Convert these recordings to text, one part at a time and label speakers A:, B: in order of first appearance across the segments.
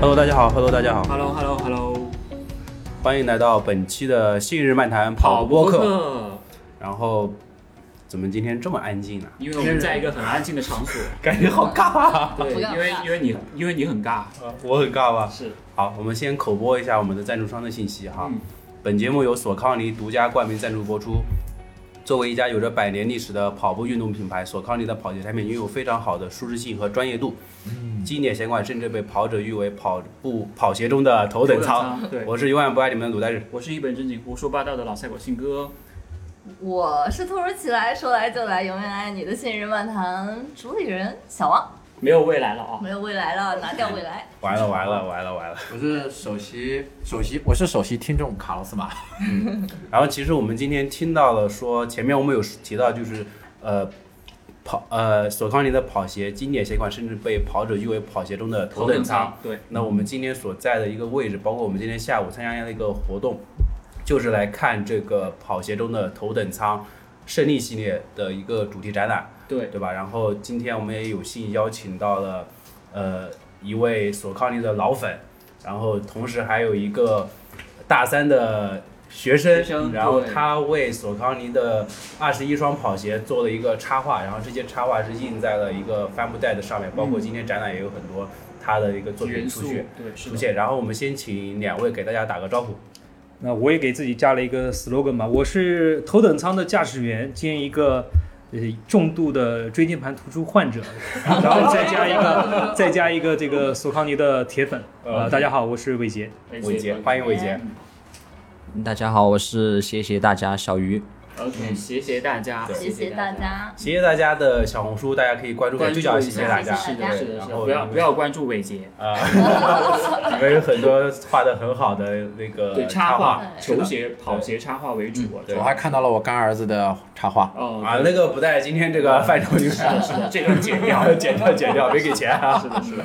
A: Hello，大家好，Hello，大家好，
B: Hello，Hello，Hello，
A: 欢迎来到本期的《信日漫谈》跑步播客。
B: 客，
A: 然后，怎么今天这么安静啊呢、
B: 因为我们在一个很安静的场 所。
A: 感觉好尬啊！
B: 对，
C: 不要
B: 因为因为你因为你很尬，
A: 我很尬吧？
B: 是
A: 好，我们先口播一下我们的赞助商的信息哈。
B: 嗯
A: 本节目由索康尼独家冠名赞助播出。作为一家有着百年历史的跑步运动品牌，索康尼的跑鞋产品拥有非常好的舒适性和专业度，经典鞋款甚至被跑者誉为跑步跑鞋中的头等舱。
B: 舱。对，
A: 我是永远不爱你们的鲁代日。
B: 我是一本正经胡说八道的老赛狗信哥。
C: 我是突如其来，说来就来，永远爱你的信任漫谈主理人小王，
B: 没有未来了
A: 嗯
B: 啊！
C: 没有未来了，拿掉未来。
A: 完了完了完了完了！
D: 我是首席首席，我是首席听众卡洛斯马。
A: 然后其实我们今天听到了说，前面我们有提到就是呃跑呃索康尼的跑鞋经典鞋款，甚至被跑者誉为跑鞋中的头等舱。，
B: 对，
A: 那我们今天所在的一个位置，包括我们今天下午参加的一个活动，就是来看这个跑鞋中的头等舱胜利系列的一个主题展览。
B: 对，
A: 对吧？然后今天我们也有幸邀请到了，呃，一位索康尼的老粉，然后同时还有一个大三的学生，
B: 学生
A: 然后
B: 对
A: 他为索康尼的二十一双跑鞋做了一个插画，然后这些插画是印在了一个帆布袋的上面，包括今天展览也有很多他的一个作品
B: 嗯元
A: 出
B: 素，
A: 去
B: 对，是
A: 出
B: 的。
A: 现。然后我们先请两位给大家打个招呼。
E: 那我也给自己加了一个 slogan 嘛，我是头等舱的驾驶员兼一个呃重度的椎间盘突出患者， 然后再加一 个再加一个这个索康尼的铁粉。呃，大家好，我是伟杰。
A: 伟杰，欢迎伟杰。
F: 大家好，我是谢谢大家小鱼。
B: OK，谢谢大家，
A: 嗯对
C: 谢谢大。家，
A: 谢谢大家的小红书，大家可以关注一下，
B: 关注
A: 就
B: 一下
A: 叫谢谢大家。
B: 是的，
C: 对
B: 是的，
A: 然
B: 是的，
A: 后
B: 不要不要关注伟杰，
A: 啊，因为有很多画的很好的那个
B: 对
A: 插
B: 画、
A: 是
B: 球
A: 的
B: 鞋、跑鞋插画为主。我
A: 对
D: 我还看到了我干儿子的插画，
B: 哦，
A: 啊，那个不在今天这个范畴里，
B: 是的，是的，这个剪掉。
A: 嗯 剪掉剪 掉，没给钱啊。
B: 是的，是的，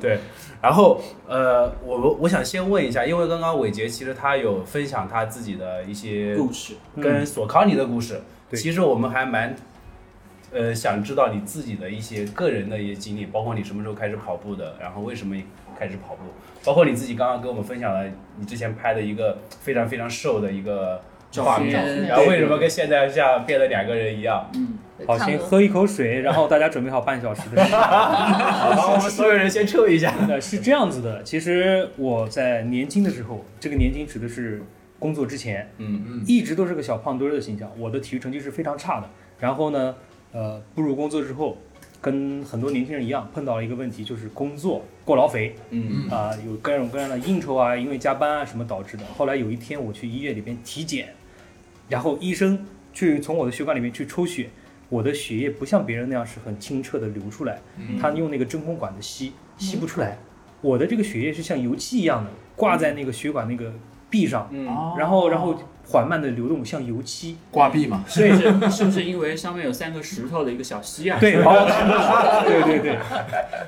A: 对，然后呃，我我我想先问一下，因为刚刚伟杰其实他有分享他自己的一些
B: 故事。
A: 跟索康尼的故事，
E: 对
A: 其实我们还蛮。呃，想知道你自己的一些个人的一些经历，包括你什么时候开始跑步的，然后为什么开始跑步，包括你自己刚刚跟我们分享了你之前拍的一个非常非常瘦的一个画面
B: 照片，
A: 然后为什么跟现在像变得两个人一样？
B: 嗯，
E: 好，
C: 差不
E: 先
C: 多
E: 喝一口水，然后大家准备好半小时的时间。
A: 然后我们所有人先撤一下。
E: 那呃是这样子的，其实我在年轻的时候，这个年轻指的是工作之前，
A: 嗯，
E: 一直都是个小胖墩儿的形象。我的体育成绩是非常差的。然后呢，呃，步入工作之后，跟很多年轻人一样，碰到了一个问题，就是工作过劳肥。
A: 嗯
E: 啊、有各种各样的应酬啊，因为加班啊什么导致的。后来有一天我去医院里边体检，然后医生去从我的血管里面去抽血，我的血液不像别人那样是很清澈的流出来，
A: 嗯
E: 他用那个真空管子吸，吸
B: 嗯
E: 不出来。我的这个血液是像油漆一样的挂在那个血管那个壁上，
A: 嗯，
E: 哦然
B: 哦
E: 后然后缓慢的流动，像油漆。
D: 挂壁嘛，
B: 是不是是不是因为上面有三个石头的一个小溪啊？
E: 对，把我看到了， 对对对。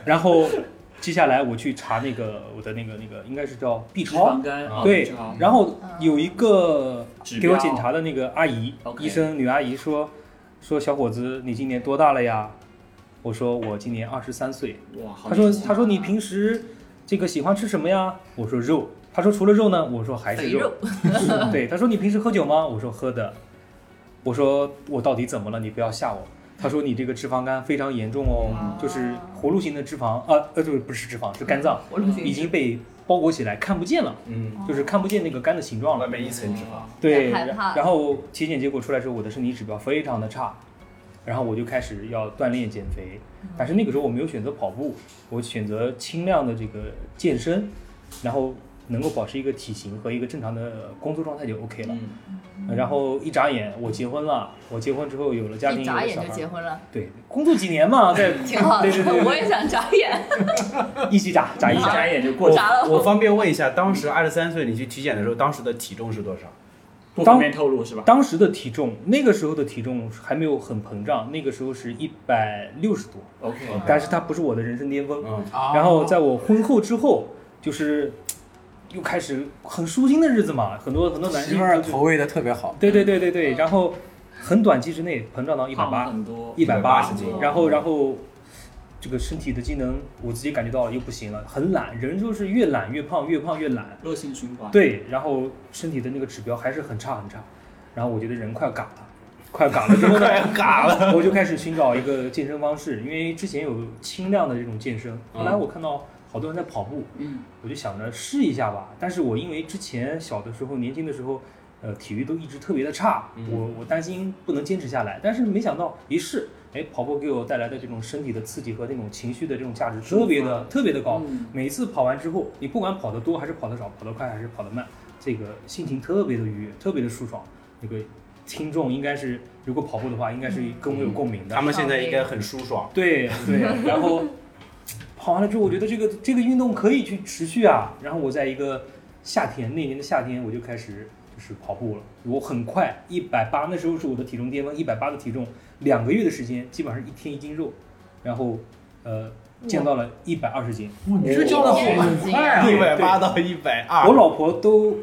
E: 然后接下来我去查那个我的那个那个应该是叫 B
B: 脂
E: 超
B: 肪，肝啊，
E: 对
B: 脂肪
E: 然后有一个
B: 指
E: 给我
B: 标
E: 检查的那个阿姨
B: OK
E: 医生女阿姨说说小伙子你今年多大了呀？我说我今年二十三岁。
B: 哇，好啊
E: 她说
B: 年轻
E: 她说你平时这个喜欢吃什么呀？我说肉。她说除了肉呢？我说还是
C: 肥
E: 肉
C: 肉。，
E: 对，她说你平时喝酒吗？我说喝的。我说我到底怎么了？你不要吓我。她说你这个脂肪肝非常严重哦
C: 嗯，
E: 就是活路型的脂肪，呃呃，就是不是脂肪，是肝脏
C: 我鲁迅
E: 已经被包裹起来，看不见了，
A: 嗯，
E: 就是看不见那个肝的形状了
A: 外。面一层脂肪。
B: 啊
E: 对，
C: 害怕
E: 然然后体检结果出来之后，我的身体指标非常的差，然后我就开始要锻炼减肥，
C: 嗯
E: 但是那个时候我没有选择跑步，我选择轻量的这个健身，然后能够保持一个体型和一个正常的工作状态就 OK 了。
B: 嗯，
E: 然后一眨眼我结婚了，我结婚之后有了家
C: 一
E: 庭，有
C: 眨
E: 了
C: 眼
E: 小
C: 就结
E: 孩，
C: 婚了，
E: 对，工作几年 嘛，在
C: 挺好的
E: 对对对。对
C: 我也想眨眼，
E: 一起 眨眨一哦
B: 一
E: 下，
B: 眨眼就过
A: 我
B: 去，
C: 眨了
A: 我方便问一下，当时二十三岁你去体检的时候，当时的体重是多少？
B: 不方便透露是吧？
E: 当时的体重，那个时候的体重还没有很膨胀，那个时候是一百六十多，
B: OK，
E: 但是它不是我的人生巅峰。
A: 嗯，
E: 然后在我婚后之后，就是又开始很舒心的日子嘛，很多很多男
D: 媳
E: 生
D: 妇儿
E: 就是
D: 投喂的特别好，
E: 对对对对对，然后很短期之内膨胀到一百
B: 胖了
E: 八，
B: 很多，哦
E: 一百八
A: 180斤
E: 然后然后这个身体的机能我自己感觉到了又不行了，很懒，人就是越懒越胖，越胖越懒。
B: 恶性循环。
E: 对，然后身体的那个指标还是很差很差，然后我觉得人快要嘎了，快要嘎了之后呢， 快嘎了，我就开始寻找一个健身方式，因为之前有轻量的这种健身，后来我看到好多人在跑步，
B: 嗯，
E: 我就想着试一下吧，但是我因为之前小的时候年轻的时候。呃，体育都一直特别的差，我我担心不能坚持下来，但是没想到一试，哎，跑步给我带来的这种身体的刺激和那种情绪的这种价值特别的特别的高，
B: 嗯
E: 每次跑完之后，你不管跑得多还是跑得少，跑得快还是跑得慢，这个心情特别的愉悦，特别的舒爽。那个听众应该是，如果跑步的话，应该是跟我有共鸣的。
A: 他们现在应该很舒爽。
E: 对对，然后跑完了之后，我觉得这个这个运动可以去持续啊。然后我在一个夏天，那年的夏天我就开始就是跑步了，我很快一百八，那时候是我的体重巅峰，一百八的体重，两个月的时间基本上是一天一斤肉，然后呃降到了一百二十斤。
D: 哇，你这叫的很快啊！
E: 对
A: 180到一百二
E: 我老婆都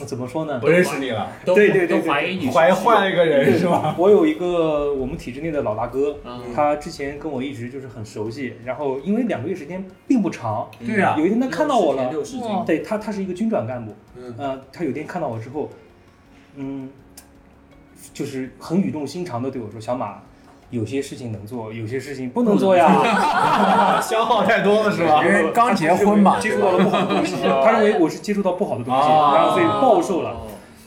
E: 呃怎么说呢？
A: 不认识你了，
B: 都
E: 对对对对
B: 都怀疑你是
A: 怀换了一个人是吧？
E: 我有一个我们体制内的老大哥，
B: 嗯
E: 他之前跟我一直就是很熟悉，然后因为两个月时间并不长，
D: 对啊
E: 有一天他看到我了，哦
B: 六十斤
C: 哇
E: 对他他是一个军转干部，
A: 嗯
E: 呃，他有一天看到我之后，嗯，就是很语重心长的对我说：“小马，有些事情能做，有些事情不能做呀。
A: 消耗太多了是吧
D: 因为 刚结婚 嘛，
E: 接触到了不好的东西，他认为我是接触到不好的东西，然后所以暴瘦了。
B: 哦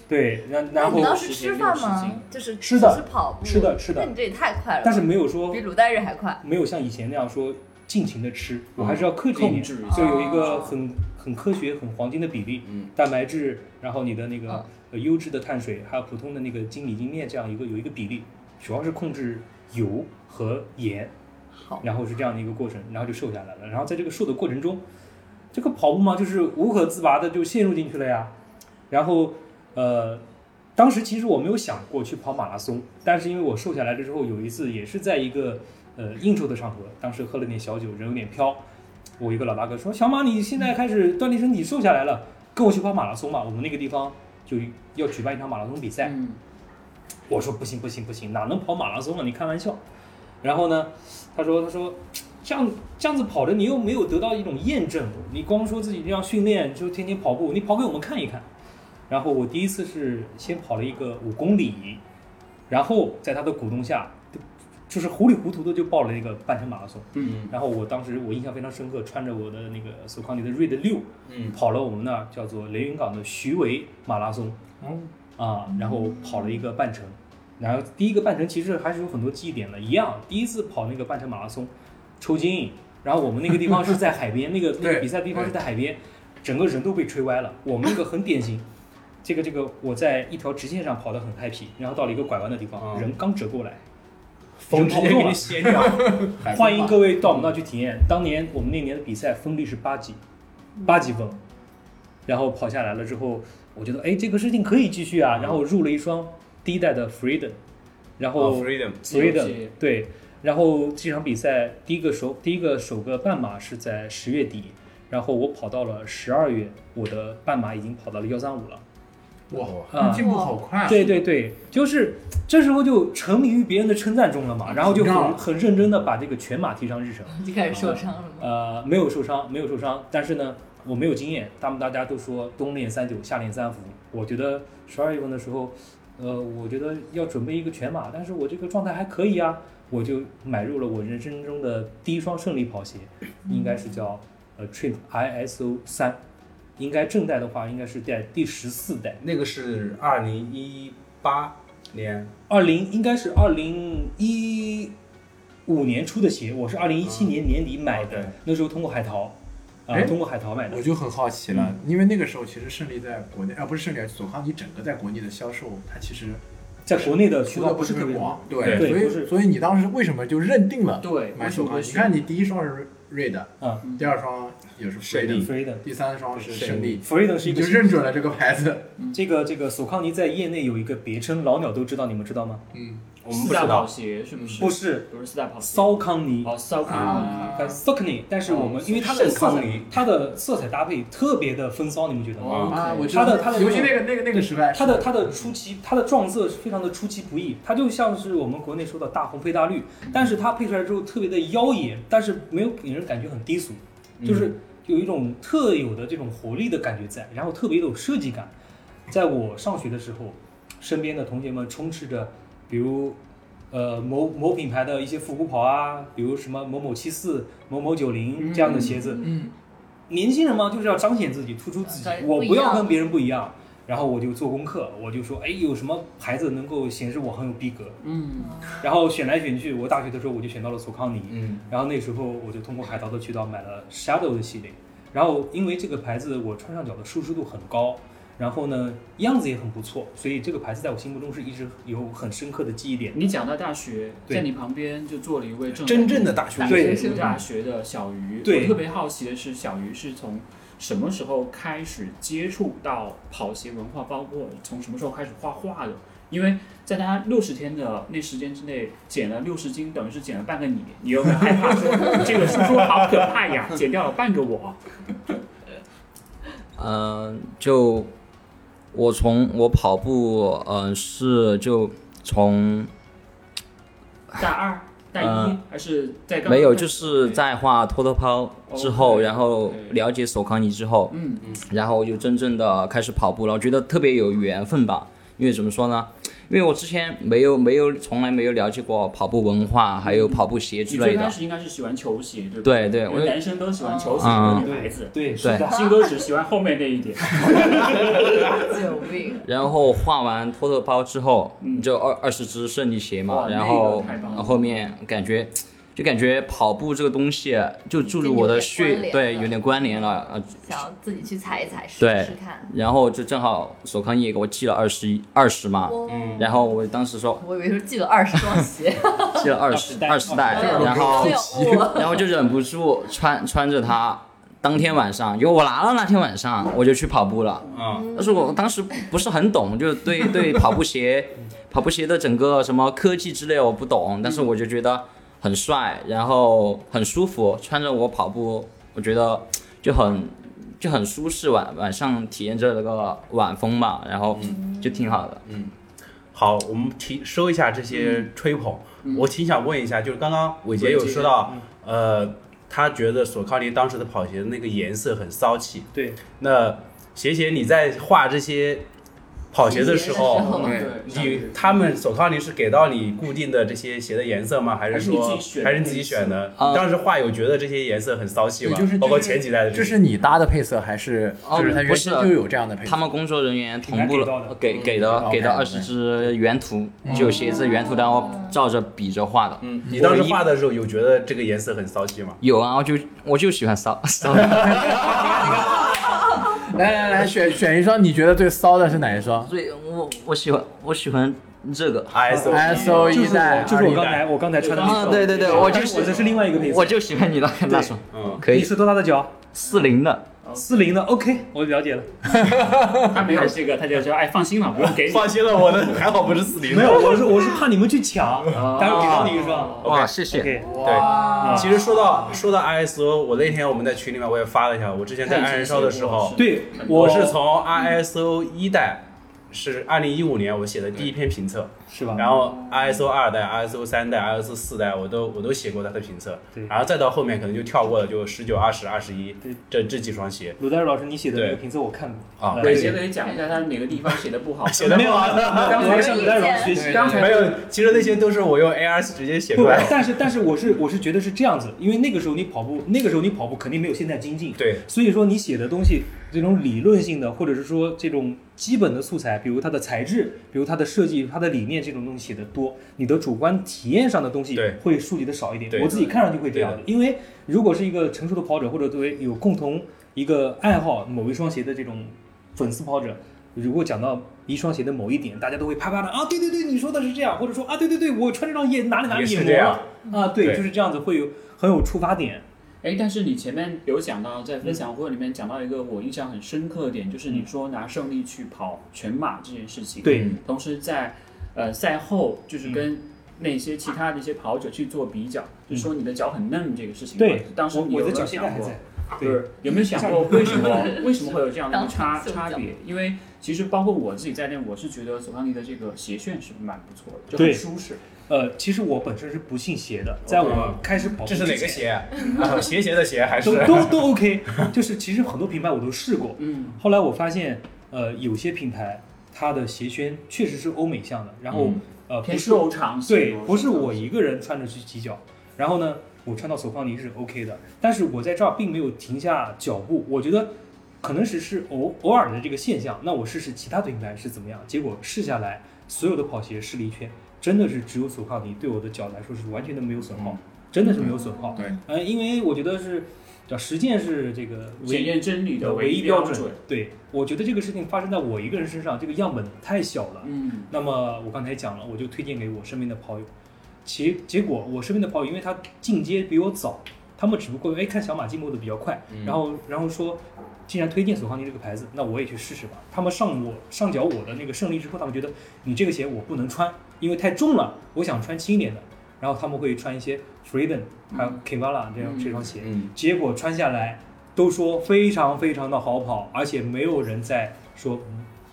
E: 对，然
C: 那
E: 然
C: 你
E: 后
C: 当时吃饭吗？就是
E: 吃的
C: 只是跑步，
E: 吃的吃的
C: 那你这也太快了吧，
E: 但是没有说
C: 比卤蛋日还快。
E: 没有像以前那样说尽情的吃，我还是要克制
B: 嗯
E: 一
B: 控
E: 点，
B: 制啊一
C: 下
E: 就有一个很很科学、很黄金的比例，
A: 嗯，
E: 蛋白质，然后你的那
C: 嗯
E: 个呃优质的碳水，还有普通的那个精米精面这样一个有一个比例，主要是控制油和盐，
C: 好，
E: 然后是这样的一个过程，然后就瘦下来了。然后在这个瘦的过程中，这个跑步嘛，就是无可自拔的就陷入进去了呀。然后呃，当时其实我没有想过去跑马拉松，但是因为我瘦下来了之后，有一次也是在一个呃应酬的场合，当时喝了点小酒，人有点飘。我一个老大哥说：“小马，你现在开始锻炼身体，瘦下来了，跟我去跑马拉松吧。我们那个地方就要举办一场马拉松比赛。
B: 嗯
E: 我说不行不行不行，哪能跑马拉松啊？你开玩笑。然后呢，他说他说这样这样子跑着，你又没有得到一种验证，你光说自己这样训练，就天天跑步，你跑给我们看一看。然后我第一次是先跑了一个五公里，然后在他的鼓动下，就就是糊里糊涂的就报了一个半程马拉松。
B: 嗯
E: 然后我当时我印象非常深刻，穿着我的那个索康尼的瑞德六，
A: 嗯，
E: 跑了我们那儿叫做连云港的徐围马拉松，
A: 哦
E: 啊，然后跑了一个半程，然后第一个半程其实还是有很多记忆点的，一样，第一次跑那个半程马拉松，抽筋，然后我们那个地方是在海 边，那个那个
D: 对
E: 比赛地方是在海边，整个人都被吹歪了，我们那个很典型。这个这个，我在一条直线上跑得很 happy，然后到了一个拐弯的地方，
A: 嗯
E: 人刚折过来，
A: 风
E: 人
A: 直
E: 跑
A: 接给
E: 不动
A: 你
E: 了，
A: 掀 掉，
F: 哦
E: 欢迎各位到我们那去体验。当年我们那年的比赛风力是八级，八级风，然后跑下来了之后，我觉得哎这个事情可以继续啊，然后入了一双第一代的 Freedom，然
A: 哦
E: 后
A: freedom，
B: 自由
E: Freedom
B: 界
E: 对，然后这场比赛第一个首第一个首个半马是在十月底，然后我跑到了十二月，我的半马已经跑到了幺三五了。
D: 哇，
E: 啊
D: 进步好快啊！
E: 对对对，就是这时候就沉迷于别人的称赞中了嘛，然后就
D: 膨胀
E: 很
D: 了
E: 很认真的把这个全马提上日程。
C: 就开始受伤了吗？
E: 呃，没有受伤，没有受伤，但是呢，我没有经验。他们大家都说冬练三九，夏练三伏。我觉得十二月份的时候，呃，我觉得要准备一个全马，但是我这个状态还可以啊，我就买入了我人生中的第一双胜利跑鞋，应该是叫呃 Trip ISO 三，应该正代的话应该是在第十四代，
A: 那个是二零一八年，
E: 二零应该是二零一五年出的鞋，我是二零一七年年底买
F: 哦
E: 的，
A: OK
E: 那时候通过海淘。啊、
D: 哎
E: 通过海淘买的
D: 我。就很好奇了，因为那个时候其实胜利在国内，啊不是胜利，索康尼整个在国内的销售，它其实
E: 在国内的渠
D: 渠
E: 道
D: 道
E: 不
D: 不是
E: 是特
D: 很
E: 别
D: 广，
E: 对
D: 所
E: 不是
D: 以所以你当时为什么就认定了
B: 对
D: 买索康
B: 为
D: 尼？
B: 什
D: 你
B: 么会
D: 看你第一双是瑞的，
E: 嗯
D: 第二双也是
A: 胜
D: 瑞
A: 利
D: 的，
E: Freedom。
D: 第三双是胜利，
E: Freedom 是一
D: 你
E: 个
D: 就
E: 新
D: 认准了这个牌子。
E: 这个这个索康尼在业内有一个别称，老鸟都知道，你们知道吗？
D: 嗯，
A: 我们
B: 四
A: 不知
B: 大跑
A: 道。
B: 鞋是不是？
E: 不是
B: 不是四大跑鞋。
E: 骚康尼，
B: 哦，骚
C: 啊
B: 款。
E: 呃 s o c k n y 但是我们
B: 哦
E: 因为它的
A: 圣
E: 色
A: 康尼
E: 它的色彩搭配特别的风骚，你们觉得吗？
B: 哦
D: 啊，我知
E: 他
D: 道
E: 的他的
D: 尤其那个那个那个时代，
E: 它的它的出其它的撞色是非常的出其不意，它就像是我们国内说的大红配大绿，但是它配出来之后特别的妖冶，但是没有给人感觉很低俗，就是有一种特有的这种活力的感觉在，然后特别有设计感。在我上学的时候，身边的同学们充斥着，比如。呃，某某品牌的一些复古跑啊，比如什么某某七四、某某九零这样的鞋子，
D: 嗯，
E: 年轻人嘛，就是要彰显自己，突出自己
C: 对，
E: 我
C: 不一
E: 不要
C: 样
E: 跟别人不一样。然后我就做功课，我就说，哎，有什么牌子能够显示我很有逼 格？
B: 嗯，
E: 然后选来选去，我大学的时候我就选到了索康尼，
A: 嗯，
E: 然后那时候我就通过海淘的渠道买了 Shadow 的系列，然后因为这个牌子我穿上脚的舒适度很高，然后呢样子也很不错，所以这个牌子在我心目中是一直有很深刻的记忆点。
B: 你讲到大学，
E: 对
B: 在你旁边就坐了一位正
A: 真正的大学
B: 大
A: 生
B: 学
E: 对
B: 生大学的小鱼。
E: 对
B: 我特别好奇的是，小鱼是从什么时候开始接触到跑鞋文化，包括从什么时候开始画画的？因为在他六十天的那时间之内减了六十斤，等于是减了半个你。你有没有害怕说这个叔叔好可怕呀，减掉了半个我？
F: 嗯、就我从我跑步，嗯、是就从
B: 大二、大一、
F: 嗯
B: 还是在刚
F: 没有，
B: 刚开
F: 就
B: 始哦
F: 是在画脱脱抛之后，
A: 哦
B: OK，
F: 然后
B: OK
F: 了解手康尼之后，
B: 嗯
F: 然后我就真正的开始跑步了，我觉得特别有缘分吧。因为怎么说呢？因为我之前没有没有从来没有了解过跑步文化，还有跑步鞋
B: 你
F: 之
B: 最
F: 类
B: 开
F: 的。
B: 始应该是喜欢球鞋，对不对？
F: 对对，
B: 因
F: 我
B: 为
F: 就
B: 男生都喜欢球鞋和女孩子，
E: 对，是
F: 对
E: 的，
B: 新哥只喜欢后面那一点。
C: 有病，
F: 然后画完托特包之后
B: 嗯，
F: 就二二十只胜利鞋
B: 哇
F: 嘛，
B: 那
F: 然后
B: 个太棒了
F: 后面感觉就感觉跑步这个东西就注入我的
C: 跟你有点
F: 血，
C: 关联
F: 对，
C: 了
F: 有点关联了。呃，
C: 想要自己去踩一踩，试
F: 对
C: 试看。
F: 然后就正好手康也给我寄了二十一二十嘛，嗯
C: 我
F: 然后我当时说
C: 我以为是寄了二十双 鞋，
F: 寄了二
E: 20
F: 十
E: 袋
F: 二十
C: 都
F: 袋
C: 有，
F: 哎然后
C: 都有我。
F: 然后就忍不住穿穿着它。当天晚上，因为我拿了那天晚上，我就去跑步了。
A: 啊，
F: 但是我当时不是很懂，就是对对跑步鞋、 跑步鞋的整个什么科技之类我不懂，但是我就觉得很帅，然后很舒服，穿着我跑步，我觉得就很就很舒适，晚晚上体验这个晚风嘛，然后就挺好的。
A: 嗯好，我们提收一下这些吹捧。我挺想问一下，就是刚刚伟杰有说到，呃，他觉得索康尼当时的跑鞋的那个颜色很骚气。
E: 对，
A: 那鞋鞋你在画这些跑鞋的时
C: 鞋的时
A: 候，
C: 候
B: 对
A: 你他们索康尼是给到你固定的这些鞋的颜色吗？还
B: 还
A: 是
B: 是你
A: 说
B: 自己选的
A: 还是你自己选的？
F: 啊
A: 你当时画有觉得这些颜色很骚气
D: 对，
A: 吗？
D: 就是
A: 包括前几代的这
D: 这
A: 些。
D: 是你搭的配色还是
F: 哦
D: 就是他
F: 不
D: 原
F: 是
D: 先就有这样的配色？
F: 他们工作人员同步了
E: 品
F: 给给的
D: 嗯
F: 给的
D: 好
F: 二
D: 看
F: 十只原图，就鞋子原图，然后照着比着画的。
A: 嗯，你当时画的时候有觉得这个颜色很骚气吗？
F: 有啊，我就我就喜欢骚骚。
D: 来来来，选选一双你觉得最骚的是哪一双
F: 所以我我喜欢我喜欢这个，
A: ISO
D: ？S O E
E: 就是
D: 一代，
E: 我就是我
D: 21
E: 刚
D: 代
E: 才我刚才穿的那
F: 啊
E: 双，
F: 对对对我就是
E: 我这是另外一个配色，
F: 我就喜欢你那那双，
A: 嗯，
F: 可
E: 你
F: 以
E: 是多大的脚？
F: 四零的，
E: 哦四零的，OK，我了解了。
B: 他没有这个，他就说哎，放心了，不用给你。
A: 放心了，我的还好不是四零
E: 没有，我是我是怕你们去抢，待会儿给到你一双。
A: OK
F: 哇，谢谢。
E: 啊哦 OK，
A: 对，其实说到说到 ISO，我那天我们在群里面我也发了一下，我之前在爱燃烧的时候，
E: 对，
A: 我
E: 我
A: 是从 ISO 一代是二零一五年我写的第一篇评测，
E: 是吧？
A: 然后 ISO 二代、ISO 三代、ISO 四代我都我都写过它的评测
E: 对，
A: 然后再到后面可能就跳过了就十九、二十、二十一
E: 对
A: 这这几双鞋
E: 鲁代老师，你写的那个
A: 对
E: 评测我看过
A: 啊
E: 呃
B: 伟杰可以讲一下他哪个地方写的不好。
A: 写的
E: 没有啊，我要向鲁代老师学习。
D: 对
B: 刚才
A: 没有，其实那些都是我用 AR 直接写出
E: 不
A: 来，的，
E: 但是但是我是我是觉得是这样子，因为那个时候你跑步，那个时候你跑步肯定没有现在精进，
A: 对，
E: 所以说你写的东西这种理论性的，或者是说这种基本的素材，比如它的材质，比如它的设计、它的理念这种东西写的多，你的主观体验上的东西
A: 对
E: 会梳理的少一点
A: 对。
E: 我自己看上去会这样的，因为如果是一个成熟的跑者，或者作为有共同一个爱好某一双鞋的这种粉丝跑者，如果讲到一双鞋的某一点，大家都会啪啪的啊，对对对，你说的是这样，或者说啊，对对对，我穿这双鞋哪里哪
A: 也
E: 里
A: 是
E: 也
A: 这
E: 磨
A: 样
E: 了啊，对，
A: 对
E: 就是这样子会有很有出发点。
B: 哎，但是你前面有讲到，在分享会里面讲到一个我印象很深刻的点，就是你说拿胜利去跑全马这件事情。
E: 对，嗯
B: 同时在呃赛后就是跟那些其他的一些跑者去做比较，就说你的脚很嫩这个事情。
E: 嗯对，
B: 当时
E: 我
B: 你
E: 我
B: 有
E: 的
B: 没有
E: 脚现在
B: 想
E: 还
B: 过？
E: 在，
B: 就
E: 对，
B: 是有没有想过为什 么为什么会有这样的一个
C: 当
B: 差
C: 场就
B: 差
C: 讲
B: 别？因为其实包括我自己在内，我是觉得索康尼的这个鞋楦是蛮不错的，就
E: 对
B: 很舒适。
E: 呃，其实我本身是不信邪的，在我开始跑步
A: 哦这是哪
E: 之
A: 个
E: 前
A: 鞋？啊斜斜的鞋还是
E: 都？都都 OK，就是 其实很多品牌我都试过，
B: 嗯，
E: 后来我发现，呃，有些品牌它的鞋楦确实是欧美向的，然后、
F: 嗯
E: 呃不
B: 偏
E: 是
B: 瘦长型
E: 对
B: 那种
E: 不是我一个人穿着去挤脚，然后呢，我穿到索康尼是 OK 的，但是我在这儿并没有停下脚步，我觉得可能只是偶偶尔的这个现象，那我试试其他的品牌是怎么样，结果试下来，所有的跑鞋试了一圈，真的是只有索康尼对我的脚来说是完全的没有损
B: 嗯
E: 耗，真的是没有损耗，
D: 对，
E: 呃，因为我觉得是叫实践是这个唯
B: 检验真理的
E: 唯
B: 一
E: 一
B: 标
E: 标准。对，我觉得这个事情发生在我一个人身上，这个样本太小了。
B: 嗯，
E: 那么我刚才讲了，我就推荐给我身边的跑友。结结果我身边的跑友，因为他进阶比我早，他们只不过哎看小马进步的比较快，然后然后说，既然推荐索康尼这个牌子，那我也去试试吧。他们上我上脚我的那个胜利之后，他们觉得你这个鞋我不能穿，因为太重了，我想穿轻一点的。然后他们会穿一些 Freedom 还有 Kivala 这样、
B: 嗯
E: 这双鞋，
A: 嗯，
E: 结果穿下来都说非常非常的好跑，而且没有人在说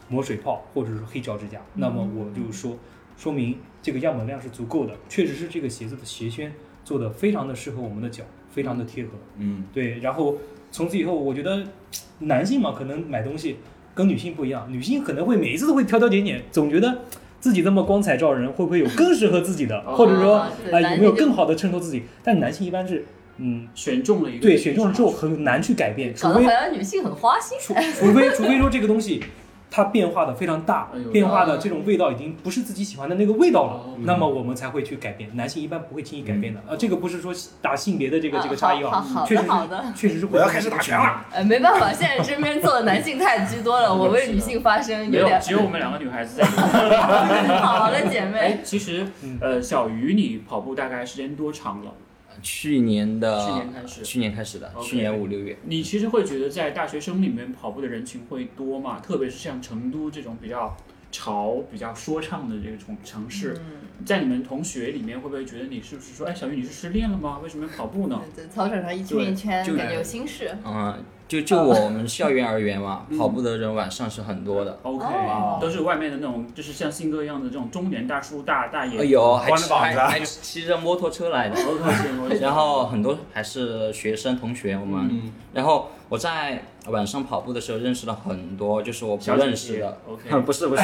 E: 磨水泡或者是黑脚趾甲。那么我就说，说明这个样本量是足够的，确实是这个鞋子的鞋楦做的非常的适合我们的脚，非常的贴合。
A: 嗯，
E: 对，然后从此以后，我觉得男性嘛，可能买东西跟女性不一样，女性可能会每一次都会挑挑拣拣，总觉得自己这么光彩照人，会不会有更适合自己的，
B: 哦
E: 或者说啊、
C: 对男
E: 有
C: 性
E: 没有
C: 就
E: 更好的衬托自己？但男性一般是，嗯，
B: 选中了一个
E: 对，选中了之后很难去改变，除
C: 搞得
E: 非
C: 好像女性很花心。
E: 除非除非说这个东西它变化的非常大
B: 哎呦，
E: 变化的这种味道已经不是自己喜欢的那个味道了，
B: 哦嗯
E: 那么我们才会去改变。男性一般不会轻易改变的，啊，这个不是说打性别的这个
B: 哦
E: 这个差异
C: 好
E: 啊，
C: 好
E: 确
C: 的
E: 实是
C: 好的，
E: 确实是会
D: 我要开始打拳了。
C: 呃，没办法，现在身边坐的男性太居多了，我为女性发声
B: 没
C: 有
B: 有
C: 点，
B: 只有我们两个女孩子在。
C: 好的姐
B: 哎
C: 妹，，
B: 其实
E: 嗯
B: 呃，小鱼你跑步大概时间多长了？
F: 去年的
B: 去年开始
F: 去年开始的，
B: OK
F: 去年五六月，
B: 呃你其实会觉得在大学生里面跑步的人群会多嘛？特别是像成都这种比较潮、比较说唱的这种城市，
C: 嗯
F: 嗯
B: 在你们同学里面会不会觉得你是不是说，哎，小鱼你是失恋了吗？为什么要跑步呢？
C: 在操场上一圈一圈，
F: 对
C: 感觉有心事。
F: 嗯，就就我们校园而言嘛，跑步的人晚上是很多的，
B: OK，、
C: 哦
B: 都是外面的那种，就是像信哥一样的这种中年大叔、大大爷。
F: 哎呦，还
A: 光着膀子啊
F: 还还骑着摩托车来的，
B: 我靠，我靠
F: 然后很多还是学生同学，
B: 嗯
F: 我们，然后我在晚上跑步的时候认识了很多，就是我不
B: 小姐姐哦
F: 认识的
B: OK
F: 不是不是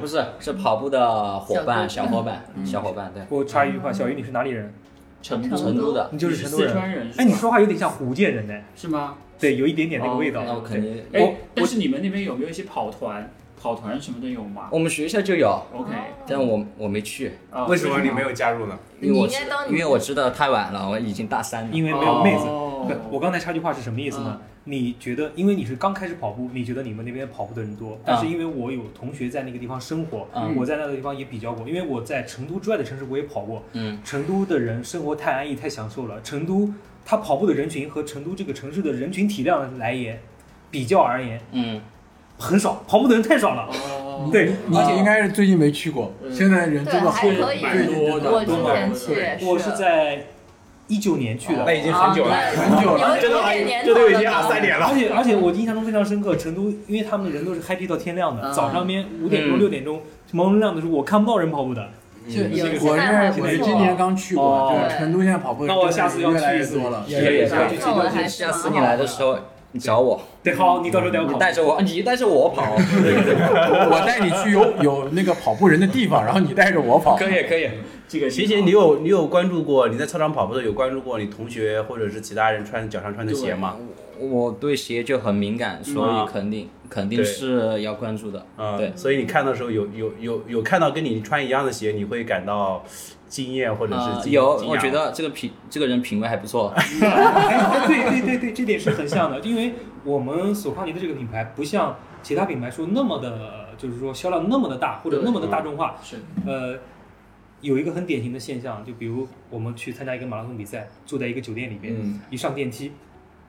F: 不是是跑步的伙伴
C: 小
F: 小
C: 哥
F: 伙伴小伙伴，对，
E: 我插一句话，小鱼你是哪里人？
B: 成
C: 成
F: 成
B: 都
F: 都的，
E: 你就是
B: 你是
E: 成都
B: 四川人
E: 人。
B: 是
E: 哎，你
B: 吧
E: 说话有点像福建人呢，
B: 是吗？
E: 对，有一点点那个味道。
B: 哦
F: 那我肯定
B: 哎
F: 我，
B: 但是你们那边有没有一些跑团、跑团什么的有吗
F: 我们学校就有，
C: 哦
B: ？OK，
F: 但我我没去，
B: 啊
A: 为什么你没？有加入呢？
F: 因为我
C: 你应该
F: 知
C: 当你
F: 因为我知道太晚了，我已经大三了。
E: 因为没有妹子。
B: 哦
E: 对，我刚才插句话是什么意思呢？你觉得，因为你是刚开始跑步，你觉得你们那边跑步的人
F: 啊
E: 多，但是因为我有同学在那个地方生活，
F: 嗯
E: 我在那个地方也比较过，因为我在成都之外的城市我也跑过。
F: 嗯，
E: 成都的人生活太安逸，太享受了。成都他跑步的人群和成都这个城市的人群体量来言，比较而言
F: 嗯，
E: 很少，跑步的人太少了。
B: 哦，
E: 对，
D: 你姐应该是最近没去过，
B: 嗯
D: 现在人真的好
C: 还可以，
B: 蛮多的
C: 我之前去也
F: 啊
E: 我是在一九年
F: 哦
E: 去的，
A: 那已经很久了，
D: 很久了
C: 真的
A: 这都已经二三年了。
E: 而且而且我印象中非常深刻，成都因为他们的人都是 happy 到天亮的，
B: 嗯
E: 早上面五点钟
F: 啊嗯
E: 六点钟蒙蒙亮的时候，我看不到人跑步的。
C: 有
D: 是
C: 有现
D: 我
C: 在还
D: 是
C: 不
D: 我
C: 错
D: 是今年刚去过，
E: 哦
D: 对成都现在跑步，
E: 那我下次要去
D: 越来
E: 一
D: 越
E: 次
D: 多了，
A: 也也
B: 是
C: 那我还是
F: 下次你来的时候，你找我，
E: 对，好，你到时候带我
F: 你
E: 跑。
F: 带着我，你带着我跑，
D: 我我带你去有有那个跑步人的地方，然后你带着我跑，
F: 可以可以。
B: 这个
A: 琪琪，你有你有关注过你在操场跑步的有关注过你同学或者是其他人穿脚上穿的鞋吗？
F: 我对鞋就很敏感，所以肯定肯定
A: 对
F: 是要关注的。
A: 嗯，
F: 对，
A: 所以你看到的时候有有有有看到跟你穿一样的鞋，你会感到惊艳或者是
F: 呃，
A: 惊
F: 有，
A: 惊
F: 我
A: 讶
F: 觉得这个品这个人品味还不错。
E: 哎对对对对，这点是很像的，因为我们索康尼的这个品牌不像其他品牌说那么的，就是说销量那么的大或者那么的大众化。
B: 是
E: 呃，有一个很典型的现象，就比如我们去参加一个马拉松比赛，坐在一个酒店里面，
A: 嗯
E: 一上电梯，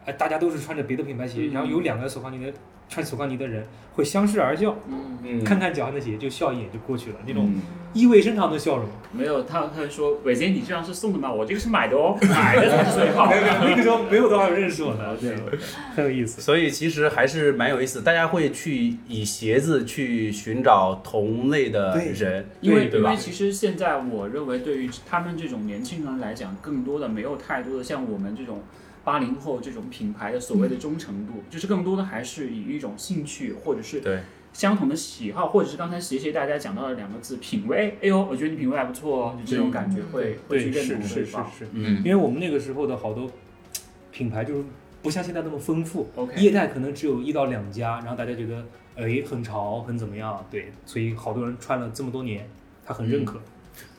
E: 哎、大家都是穿着别的品牌鞋，
B: 嗯
E: 然后有两个索康尼的穿索康尼的人会相视而笑，
B: 嗯，
A: 嗯，
E: 看看脚上的鞋就笑一眼就过去了，那种
A: 嗯
E: 意味深长的笑容。
B: 没有，他他就说伟杰，你这样是送的吗？我这个是买的哦，买的才最好。
E: 没有，那个时候没有多少人认识我的，对，很有意思。
A: 所以其实还是蛮有意思，大家会去以鞋子去寻找同类的
E: 对
A: 人，嗯
B: 因为
A: 对
B: 因为
A: 吧？
B: 其实现在我认为，对于他们这种年轻人来讲，更多的没有太多的像我们这种八零后这种品牌的所谓
E: 嗯
B: 的忠诚度，就是更多的还是以一种兴趣或者是
A: 对
B: 相同的喜好，或者是刚才斜斜大家讲到的两个字品味。哎呦，我觉得你品味还不错哦，就这种感觉会、会去
E: 嗯对，
B: 认
E: 是
B: 同
E: 是是
B: 对
E: 是
B: 方。，
F: 嗯
E: 因为我们那个时候的好多品牌就是不像现在那么丰富
B: OK
E: 业态可能只有一到两家，然后大家觉得哎很潮很怎么样，对，所以好多人穿了这么多年，他很认可。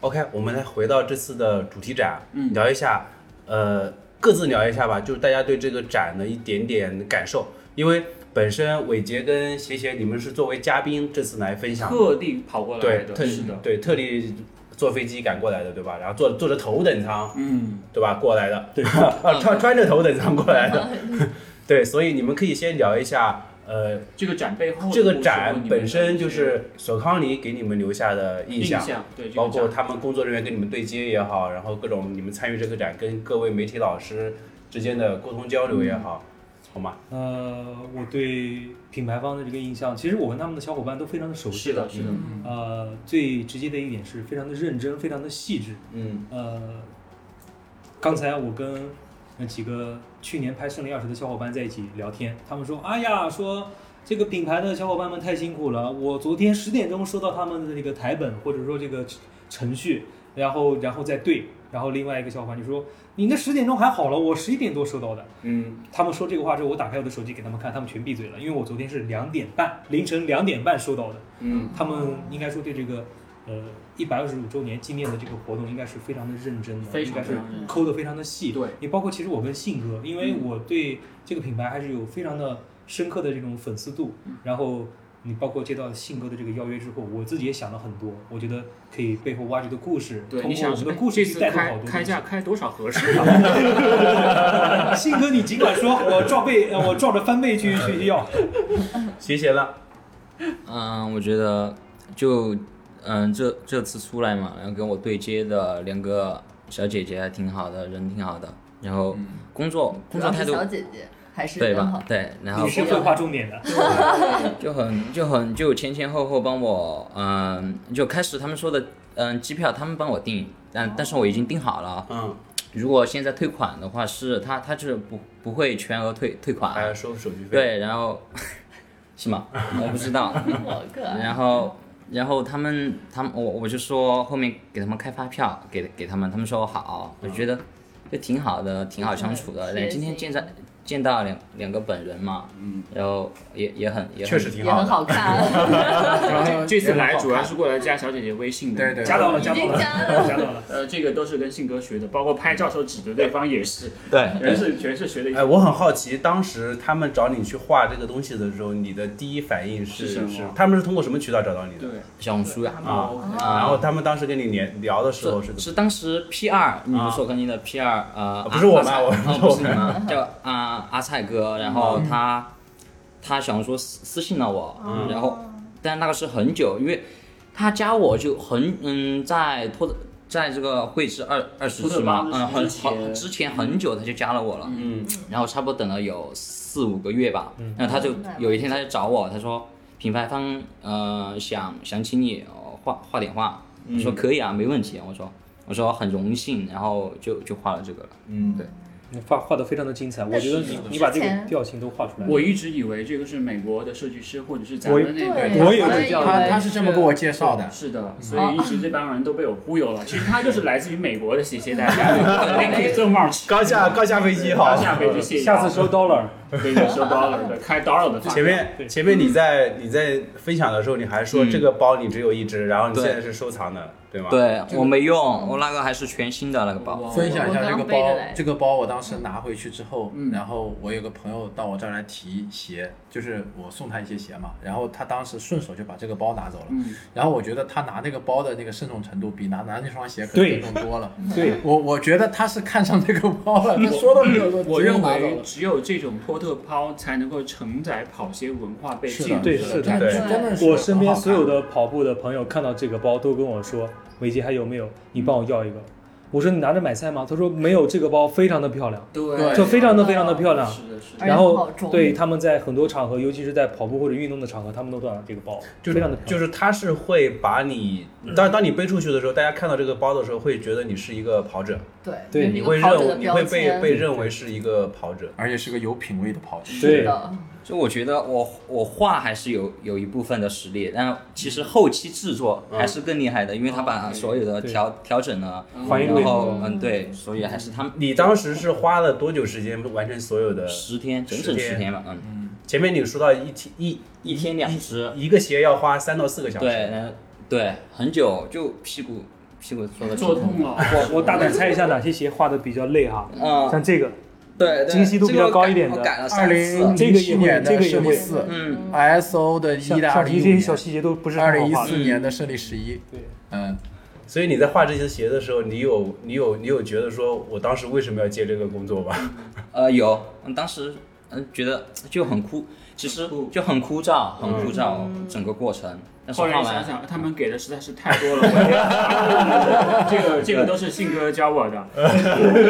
A: OK，我们来回到这次的主题展，
B: 嗯
A: 聊一下，呃，各自聊一下吧，就是大家对这个展的一点点感受，因为本身伟杰跟鞋鞋你们是作为嘉宾这次来分享的，
B: 特地跑过来
A: 对
B: 的，
A: 特
B: 是的，
A: 对，特地坐飞机赶过来的，对吧？然后坐坐着头等舱，
B: 嗯。
A: 对吧？过来的， 对， 穿穿着头等舱过来的，
B: 嗯
A: 对，所以你们可以先聊一下，呃，
B: 这个展背后的
A: 这个
B: 故事和你
A: 展
B: 们
A: 本身
B: 的
A: 就是索康尼给你们留下的印
B: 印
A: 象，
B: 对，这个
A: 包括
B: 展
A: 他们工作人员跟你们对接也好，然后各种你们参与这个展跟各位媒体老师之间的沟通交流也好，好吗？
E: 呃，我对品牌方的这个印象，其实我跟他们的小伙伴都非常的熟悉
B: 是的，是的，嗯
E: 呃，最直接的一点是非常的认真，非常的细致。
A: 嗯
E: 呃，刚才我跟那几个去年拍《胜利二十》的小伙伴在一起聊天，他们说：“哎呀，说这个品牌的小伙伴们太辛苦了。我昨天十点钟收到他们的这个台本，或者说这个程序，然后然后再对。然后另外一个小伙伴就说：‘你那十点钟还好了，我十一点多收到的。’
A: 嗯，
E: 他们说这个话之后，我打开我的手机给他们看，他们全闭嘴了，因为我昨天是两点半，凌晨两点半收到的。
A: 嗯，
E: 他们应该说对这个呃一百二十五周年纪念的这个活动应该是非常的认真的，
B: 非
E: 应
B: 常
E: 该是
B: 非常认真嗯
E: 抠的非常的细。
B: 对，
E: 也包括其实我跟信哥，因为我对这个品牌还是有非常的深刻的这种粉丝度，
B: 嗯
E: 然后。你包括接到信哥的这个邀约之后，我自己也想了很多，我觉得可以背后挖掘的故事，
B: 对，
E: 通
B: 你
E: 过我
B: 想
E: 们
B: 是
E: 的
B: 哎
E: 故
B: 这
E: 事去
B: 次
E: 带动好
B: 开
E: 多
B: 开
E: 东西
B: 价开多少合适啊？
E: 信哥，你尽管说，我照背，呃我照着翻倍去 去要。
A: 谢谢了，
F: 嗯，我觉得就嗯这这次出来嘛，然后跟我对接的两个小姐姐还挺好的，人挺好的，然后工作、工作态
C: 主
F: 度
C: 要是小姐姐还是
F: 对
C: 很
F: 吧
C: 好？，
F: 对，然后
E: 你是会划重点的，
F: 就很就很就前前后后帮我，嗯，就开始他们说的，嗯，机票他们帮我订，
C: 哦
F: 但但是我已经订好了。
A: 嗯，
F: 如果现在退款的话，是他他就是不不会全额退退
A: 还
F: 款
A: 要，收手续费，
F: 对，然后 是吗？我不知道。
C: 好可
A: 啊
C: 爱。
F: 然后然后他们他们我我就说后面给他们开发票给给他们，他们说好，我觉得就挺好的，挺好相处的。
C: 嗯贴心
F: 然后今天见在见到两两个本人嘛，嗯，然后也也很也很
A: 确实挺
C: 也
A: 啊好的。
C: 很好看，
B: 这这次来主要是过来加小姐姐微信的，
D: 对对
E: 加到了，加
C: 已
E: 到
C: 经
E: 了，
C: 加了。
E: 加到了。
B: 呃，这个都是跟信哥学的，包括拍照时候指着对方也是，
F: 对
B: 全是全是学的一
A: 哎，
B: 些。
A: 我很好奇，当时他们找你去画这个东西的时候，你的第一反应是
B: 是什么
A: 他们是通过什么渠道找到你的？
B: 对
F: 小红书呀。
A: 啊
B: 啊，
A: 然后他们当时跟你连聊的时候是
F: 是
A: 怎么？
F: 是当时 P 二，你们所跟进的 P 二，呃，
A: 啊不是我们
F: 阿
A: 我嗯
F: 阿菜哦不是你们，叫啊阿菜哥，然后他他想说私私信了我，
A: 嗯
F: 然后但那个是很久，因为他加我就很嗯，在拖着在这个会是二二十
B: 拖着
F: 是吗？
B: 帮
F: 嗯，很
B: 之前
F: 很之前很久他就加了我了，
A: 嗯，
F: 然后差不多等了有四五个月吧，然后他
B: 嗯
F: 就有一天他就找我，他说品牌方呃想想请你呃画画点画，
B: 嗯
F: 我说可以啊，没问题，我说我说很荣幸，然后就就画了这个了，嗯，对，
E: 你画画的非常的精彩，我觉得你你把这个调性都画出来了。
B: 我一直以为这个是美国的设计师或者是咱们那
C: 对
B: 个，
E: 我也
C: 以
E: 是
C: 为
E: 这样
D: 他他是这么给我介绍的，
B: 是的，
E: 嗯
B: 所以一直这帮人都被我忽悠了。其实他就是来自于美国的鞋鞋大家 ，Thank you so much。
A: 刚下刚下飞机好，
B: 刚下飞机，谢谢。
E: 下次收 dollar，
B: 对对，收包了，对，开刀了的发票
A: 前面
E: 对
A: 前面你在你在分享的时候，你还说
F: 嗯
A: 这个包你只有一只，然后你
F: 对
A: 现在是收藏的，对吗？，
F: 对我没用，我那个还是全新的那个包，
B: 哇
D: 分享一下这个包，这个包我当当时拿回去之后，
B: 嗯
D: 然后我有个朋友到我这儿来提鞋，就是我送他一些鞋嘛，然后他当时顺手就把这个包拿走了。
B: 嗯
D: 然后我觉得他拿那个包的那个慎重程度，比拿拿那双鞋可能
E: 对
D: 慎重多了。
E: 对，
D: 我我觉得他是看上这个包了，嗯他说都没有说，
B: 我
D: 直接
B: 认
D: 拿走
B: 为
D: 了
B: 只有这种托特包才能够承载跑鞋文化被
D: 是
B: 进
D: 的，
B: 入
E: 对
B: 的
E: 是的
D: 真的
A: 对
D: 真的是
E: 我身边
D: 很好看
E: 所有的跑步的朋友看到这个包都跟我说：“伟杰还有没有？你帮我要一个。”我说：“你拿着买菜吗？”他说：“没有，这个包非常的漂亮。
B: 对，
E: 就非常的非常的漂亮
B: 是的，是”的。
C: 而且
E: 然
C: 好
E: 后
C: 重
E: 对他们在很多场合，尤其是在跑步或者运动的场合，他们都拿这个包，
A: 就
E: 非常的漂
A: 就
E: 亮。
A: 是它是会把你，当当你背出去的时候，大家看到这个包的时候，会觉得你是一个跑者，
C: 对
E: 对
C: 有
A: 你
C: 一
A: 会
C: 个跑者的
A: 认，你
C: 标
A: 会被
C: 签
A: 被认为是一个跑者。
D: 而且是个有品位的跑者。
E: 对
C: 是的，
F: 就我觉得我我画还是有有一部分的实力，但其实后期制作还是更厉害的，因为他把所有的
E: 对
F: 调调整了，
E: 还原度
F: 然后嗯对，所以还是他们
A: 你当时是花了多久时间完成所有的？
F: 十天整
A: 嗯十
F: 整
A: 天
F: 十天吧，嗯，
A: 前面你说到一天一
F: 一天两只，
A: 一个鞋要花三到四个小时，
F: 对，呃对，很久就屁股屁股坐的
B: 做痛了，
E: 哎我我大胆猜一下，哪些鞋画的比较累哈？
D: 啊
F: 嗯，
E: 像这个，
F: 对，对
E: 精细度比较
F: 这个我
E: 高
F: 改
E: 一点的
F: 我改了
D: 二
F: 三
D: 零
F: 次，
E: 这个
D: 零七
E: 也会
D: 年
E: 这
D: 的
E: 个也
D: 胜利
E: 会
D: 四
F: 嗯，
D: ，ISO 的一
E: 像
D: 的
E: 像
D: 二
E: 这
D: 零一
E: 些小细节都不是
D: 二
E: 很
D: 零一
E: 好画
D: 四
E: 的。
F: 嗯
D: 年的胜利十一，
E: 对，
D: 嗯，
A: 所以你在画这些鞋的时候，你有你有你有觉得说我当时为什么要接这个工作吗？
F: 呃，有，嗯，当时嗯觉得就很枯，其实就很枯燥，很枯燥、整个过程。但是
B: 后
F: 画
B: 来
F: 完
B: 想想，他们给的实在是太多了，我觉得 这个这个都是信哥教我的。
E: 呃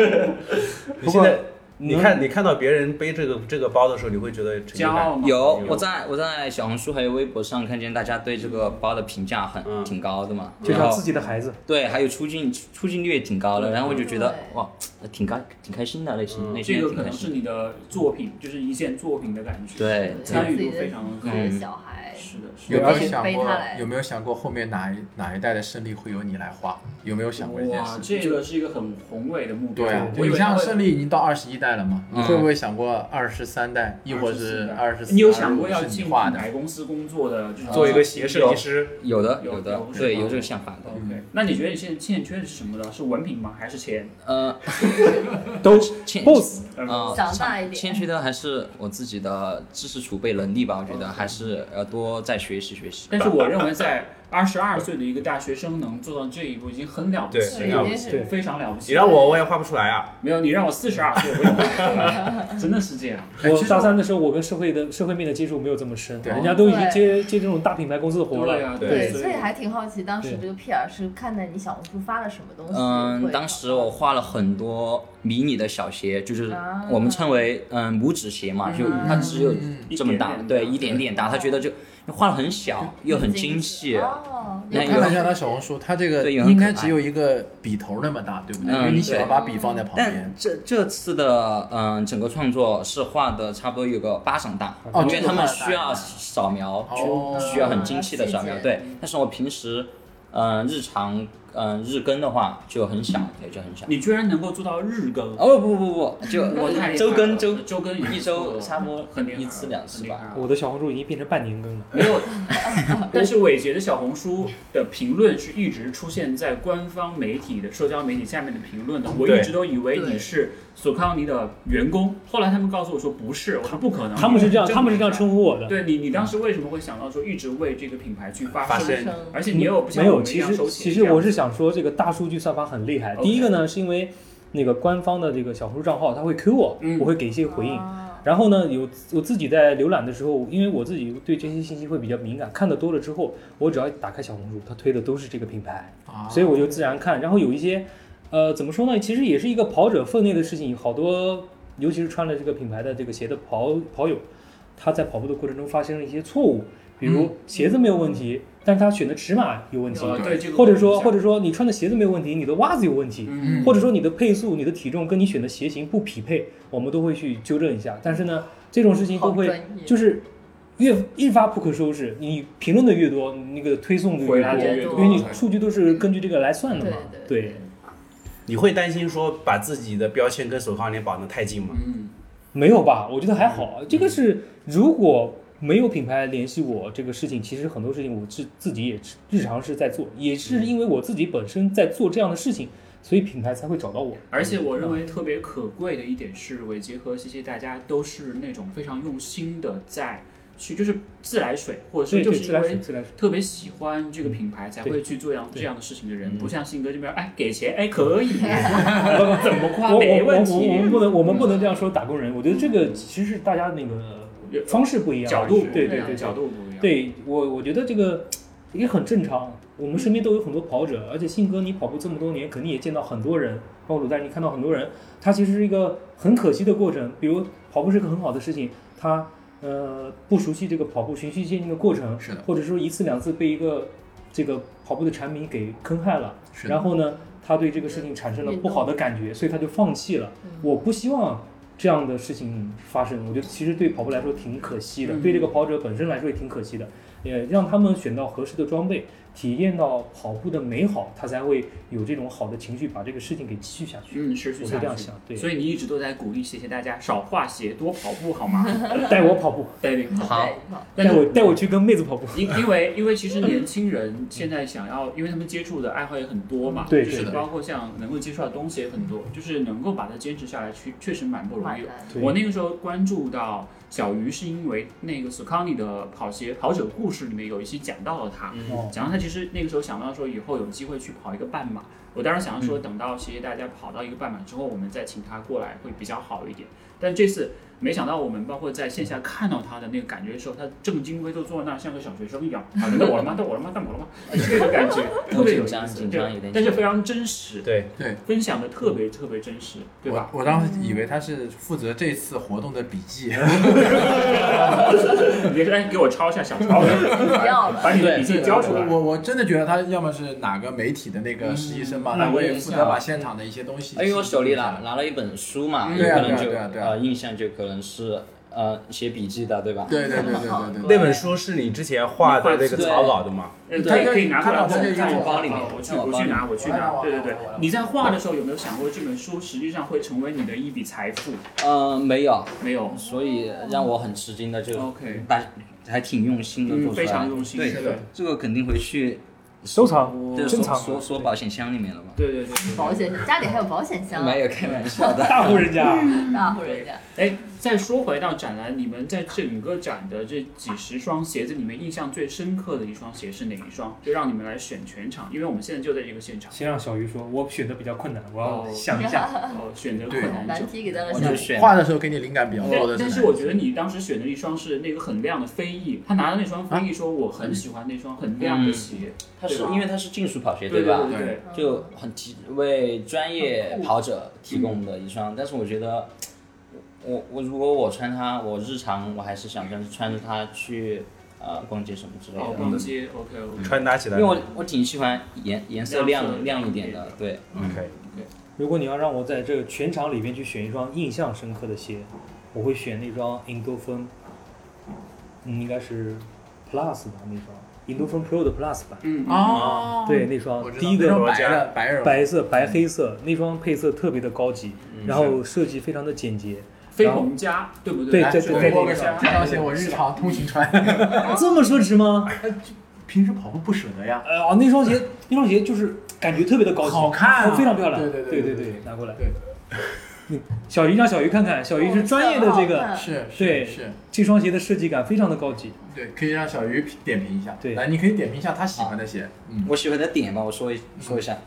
A: 你现在你看你看到别人背这个这个包的时候，你会觉得成就
B: 骄
A: 感
B: 傲吗？
F: 有
A: 有
F: 我在我在小红书还有微博上看见大家对这个包的评价很、
A: 嗯
F: 挺高的嘛，
E: 就
F: 然
E: 像
F: 后
E: 自己的孩子，
F: 对，还有出镜出镜率也挺高的，然后我就觉得
C: 对
F: 哇，挺开挺开心的，那些那些
B: 这个可
F: 挺开
B: 能是
F: 心的。
B: 你的作品，就是一件作品的感觉。，
F: 对，
B: 参与度
C: 自己的
B: 非常
C: 自己的小孩，
B: 是的，是
D: 有
B: 的。
D: 没有想
C: 背
D: 过
C: 他来
D: 有没有想过后面哪一哪一代的胜利会由你来画？有没有想过这件
B: 哇
D: 事，？
B: 这个是一个很宏伟的目标。
D: 对啊，
B: 我以
D: 你
B: 为他
D: 像
B: 会
D: 胜利已经到二十一代了嘛，你
F: 嗯
D: 会不会想过二十三代，亦或是二十四？
B: 你有想过要
D: 是你
B: 进
D: 画的？哎
B: 百公司工作的这种
A: 做一个鞋设计师，
F: 有的
B: 有
F: 的
B: 有，是
F: 对
B: 吗
F: 有这个想法的。
B: ？OK，那你觉得你现在欠缺的是什么呢？是文凭吗？还是钱？呃
F: 呃，
E: 都
F: 欠
E: boss
F: 啊，
C: 长大一点
F: 欠缺的还是我自己的知识储备能力吧，我觉得还是要多再学习学习。
B: 但是我认为，在二十二岁的一个大学生能做到这一步，已经很了不
A: 对
B: 起
A: 很
B: 了
A: 了
C: 已，经
A: 不
C: 是
E: 对
B: 非常了不起。
A: 你让我我也画不出来啊。
B: 没有，你让我四十二岁，我也不会 真的是这样。
D: 哎
E: 我
D: 其实
E: 大三的时候，我跟社会的社会面的接触没有这么深，
D: 对
E: 人家都已经接接这种大品牌公司的活
B: 对
E: 了。
B: 啊，
A: 对
C: 所以还挺好奇，当时
E: 对
C: 这个 PR 是看在你小红书发了什么东西？
F: 嗯，
C: 会
F: 当时我画了很多迷你的小鞋，就是
C: 啊
F: 我们称为嗯拇指鞋嘛，就它只有这么大，
B: 嗯
F: 对，一点点大，他觉得就画的很小又很精细，
C: 哦，
F: 那
D: 我
F: 有
D: 看了一下他小红书，他这个
F: 对有很
D: 应该
F: 可爱
D: 只有一个笔头那么大，对不对？
F: 嗯
D: 因为你喜欢把笔放在旁边
F: 但。这这次的嗯、整个创作是画的差不多有个巴掌大，
D: 哦
F: 因为他们
D: 这个画得
F: 需
D: 大
F: 要扫描，
D: 哦
F: 需要很精细的扫描
C: 细。节
F: 对，但是我平时嗯、呃日常嗯、呃日更的话就很小，对，就很小。
B: 你居然能够做到日更，
F: 哦不不不， 就
B: 我太厉害了
F: 周更周
B: 嗯周更
F: 一周差不多啊
B: 很厉害了
F: 一次两次吧。
B: 很厉害了
E: 我的小红书已经变成半年更了。
B: 没有，但是伟杰的小红书的评论是一直出现在官方媒体的社交媒体下面的评论的。我
A: 对
B: 一直都以为你是索康尼的员工，后来他们告诉我说不是，我说不可能，
E: 他们是这样，
B: 嗯真的
E: 他们是这样
B: 不
E: 称呼我的。
B: 对你，你当时为什么会想到说一直为这个品牌去发
A: 发
B: 声？
A: 声
B: 而且你又不像
E: 没
B: 我
E: 有，
B: 们一
E: 其
B: 样
E: 实
B: 收钱
E: 其实我是
B: 这样
E: 想说，这个大数据算法很厉害。
B: OK
E: 第一个呢，是因为那个官方的这个小红书账号，它会 Q 我
B: 嗯，
E: 我会给一些回应。
C: 啊
E: 然后呢，有我自己在浏览的时候，因为我自己对这些信息会比较敏感，看的多了之后，我只要打开小红书，它推的都是这个品牌，
D: 啊
E: 所以我就自然看。然后有一些，呃，怎么说呢？其实也是一个跑者分内的事情，好多尤其是穿了这个品牌的这个鞋的跑跑友，他在跑步的过程中发生了一些错误，比如鞋子没有问题，但是他选的尺码有问题，
B: 呃对这个
E: 或者说或
B: 者
E: 者说你穿的鞋子没有问题，你的袜子有问题，
B: 嗯
E: 或者说你的配速、你的体重跟你选的鞋型不匹配，我们都会去纠正一下。但是呢，这种事情都
C: 好
E: 会
C: 专业，
E: 就是越一发不可收拾，你评论的越多，那个推送就
B: 回
E: 越
B: 来
E: 多，
B: 的
C: 的
B: 越
C: 越
B: 多
C: 多
E: 因为你数据都是根据这个来算的嘛。
C: 嗯对
A: 你会担心说把自己的标签跟手铐链绑得太近吗？
B: 嗯，
E: 没有吧？我觉得还好，这个是如果。没有品牌联系我这个事情，其实很多事情我自自己也是日常是在做，也是因为我自己本身在做这样的事情，所以品牌才会找到我。
B: 而且我认为特别可贵的一点是，伟杰和西西大家都是那种非常用心的在去，就是自来水，或者
E: 对
B: 是就
E: 对，
B: 是
E: 自
B: 因
E: 来水，
B: 为
E: 自来水。
B: 特别喜欢这个品牌才
E: 对
B: 会去做这样
E: 对
B: 这样的事情的人，
D: 嗯
B: 不像信哥这边，哎，给钱，哎，可 以，怎么
E: 我
B: 夸
E: 我
B: 没
E: 我
B: 问
E: 我我
B: 题嗯
E: 们。不能我们不能这样说打工人，我觉得这个其实是大家那个方式不一
B: 嗯
E: 样，
B: 角度
E: 对
B: 不一
E: 对
C: 啊
B: 样
E: 对
B: 角度不一样。，
E: 对我，我觉得这个也很正常。我们身边都有很多跑者，而且信哥，你跑步这么多年，肯定也见到很多人，包括鲁丹，你看到很多人，他其实是一个很可惜的过程。比如跑步是个很好的事情，他呃不熟悉这个跑步循序渐进的过程，
D: 是的，
E: 或者说一次两次被一个这个跑步的产品给坑害了，
D: 是的
E: 然，后呢，他对这个事情产生了不好的感觉，所以他就放弃了。我不希望这样的事情发生，我觉得其实对跑步来说挺可惜的，
B: 嗯
E: 对这个跑者本身来说也挺可惜的。也让他们选到合适的装备，体验到跑步的美好，他才会有这种好的情绪，把这个事情给继续下去。
B: 嗯，持续
E: 我是
B: 下
E: 这样
B: 去。
E: 想，对，
B: 所以你一直都在鼓励谢谢大家少画鞋多跑步好 吗？
E: 带我跑步，
B: 带领跑。
F: 好，
B: 但
E: 带
B: 是
E: 我带我去跟妹子跑步，
B: 因因为因为其实年轻人现在想要，因为他们接触的爱好也很多嘛，
E: 对
B: 就是
D: 是的
B: 包括像能够接触到的东西也很多，就是能够把它坚持下来，去确实蛮不容易的。
E: 对
B: 我那个时候关注到小鱼，是因为那个 s c o n y 的跑鞋跑者故事里面有一期讲到了他，
E: 哦，
B: 讲到他其实那个时候想到说以后有机会去跑一个半马，我当时想
F: 嗯
B: 说等到谢谢大家跑到一个半马之后，我们再请他过来会比较好一点。但这次没想到我们包括在线下看到他的那个感觉的时候，他正襟危坐坐在那儿像个小学生一样，啊，轮到我了吗？到我了吗？到我了吗？哎这个感 觉特别有意
F: 紧张
B: 思，
F: 紧张有
B: 对
F: 点，
B: 但是非常真实，
A: 对，
D: 对。
B: 分享的特别特别真实，对吧？
D: 我我当时以为他是负责这次活动的笔记，
B: 你别说，哎，给我抄一下，想 抄，
C: 不要了，
B: 把你的笔记交出来。
D: 我我真的觉得他要么是哪个媒体的那个实习生嘛，
B: 嗯
D: 他会
B: 嗯
D: 负责把现场的一些东西。
F: 因为我哎手里拿。拿了一本书嘛，
B: 嗯
F: 有
D: 对啊
F: 可能就
D: 对啊对啊对啊
F: 呃印象就可能是呃写笔记的，对吧？
D: 对对对对对对对。
A: 那本书是你之前画的那个草稿的吗？
B: 呃，
F: 嗯对
B: 可以可以拿过来，
D: 看到它
B: 我
D: 这个
B: 我
D: 包
B: 看
F: 里面嗯
B: 啊我去
F: 看我
B: 我
F: 包
B: 去
F: 里
B: 拿，
F: 面
B: 我去拿。
C: 哦
D: 我
B: 对
D: 来
B: 对
D: 拿
B: 对
D: 我来拿，
B: 你在画的时候有没有想过这本书实际上会成为你的一笔财富？
F: 呃，没有，
B: 没有
F: 所以让我很吃惊的就
B: ，OK，
F: 大还挺用心的
B: 嗯
F: 做出来，
B: 非常用心
F: 对
B: 是的，
F: 这个肯定回去
E: 收藏
F: 就
E: 珍
F: 是
E: 藏
F: 锁锁锁保险箱里面了吧？
B: 对对对对。
C: 保险家里还有保险箱，啊
F: 没有开玩 笑的，
E: 大户人家，啊
C: 大户人家。
B: 哎，再说回到展览，你们在整个展的这几十双鞋子里面，印象最深刻的一双鞋是哪一双？就让你们来选全场，因为我们现在就在这个现场，
E: 先让小鱼说，我选的比较困难，我
B: 哦
E: 要想一下，
B: 哦，选择困难
C: 啊难
B: 症。
C: 题给啊到了
F: 我
C: 小
F: 就
C: 鱼，
F: 选
D: 画的时候给你灵感比较多
B: 但
D: 的
B: 但是我觉得你当时选的一双是那个很亮的飞翼，他拿的那双飞
F: 啊
B: 翼说我很喜欢那双很亮
F: 嗯
B: 的鞋，
F: 它是
B: 对吧
F: 因为它是竞速跑鞋
B: 对
F: 吧？
B: 对对，
C: 嗯
F: 就很提为专业跑者提供
B: 嗯
F: 的一双，但是我觉得，我我如果我穿它，我日常我还是想穿穿着它去呃逛街什么之类
E: 嗯
B: 哦，
F: 的，
B: 逛街，OK OK。
A: 穿搭起来
F: 因为我我挺喜欢颜颜色亮
B: 亮色
F: 亮一点的，对，
A: 嗯，OK，
E: 如果你要让我在这个全场里面去选一双印象深刻的鞋，我会选那双 Indofin，嗯，应该是 Plus 吧那双 Indofin Pro 的 Plus 版，
B: 嗯，
A: 啊
D: 哦，
E: 对，那双
D: 我知道
E: 第一
D: 那双
E: 个
D: 白的白耳
E: 白色白黑色那双配色特别的高级，
D: 嗯
E: 然后设计非常的简洁。
B: 飞鸿家，对不
E: 对
B: 对
E: 对
D: 这
E: 对
D: 我
E: 对
D: 个小这双鞋我日常通勤穿，
E: 这么说 值吗？
D: 平时跑步不舍得呀。
E: 哎呀，那双鞋那双鞋就是感觉特别的高级，
D: 好看啊
E: 非常漂亮。
D: 对
E: 对
D: 对
E: 对
D: 对
E: 对
D: 对对
E: 拿过来。
D: 对
E: 嗯，小鱼让小鱼看看，小鱼是专业的这个，
D: 是，是
E: 对
D: 是，
E: 这双鞋的设计感非常的高级。
D: 对，可以让小鱼点评一下。
E: 对
D: 来，你可以点评一下他喜欢的鞋，嗯，
F: 我喜欢的点吧，我说一说一下，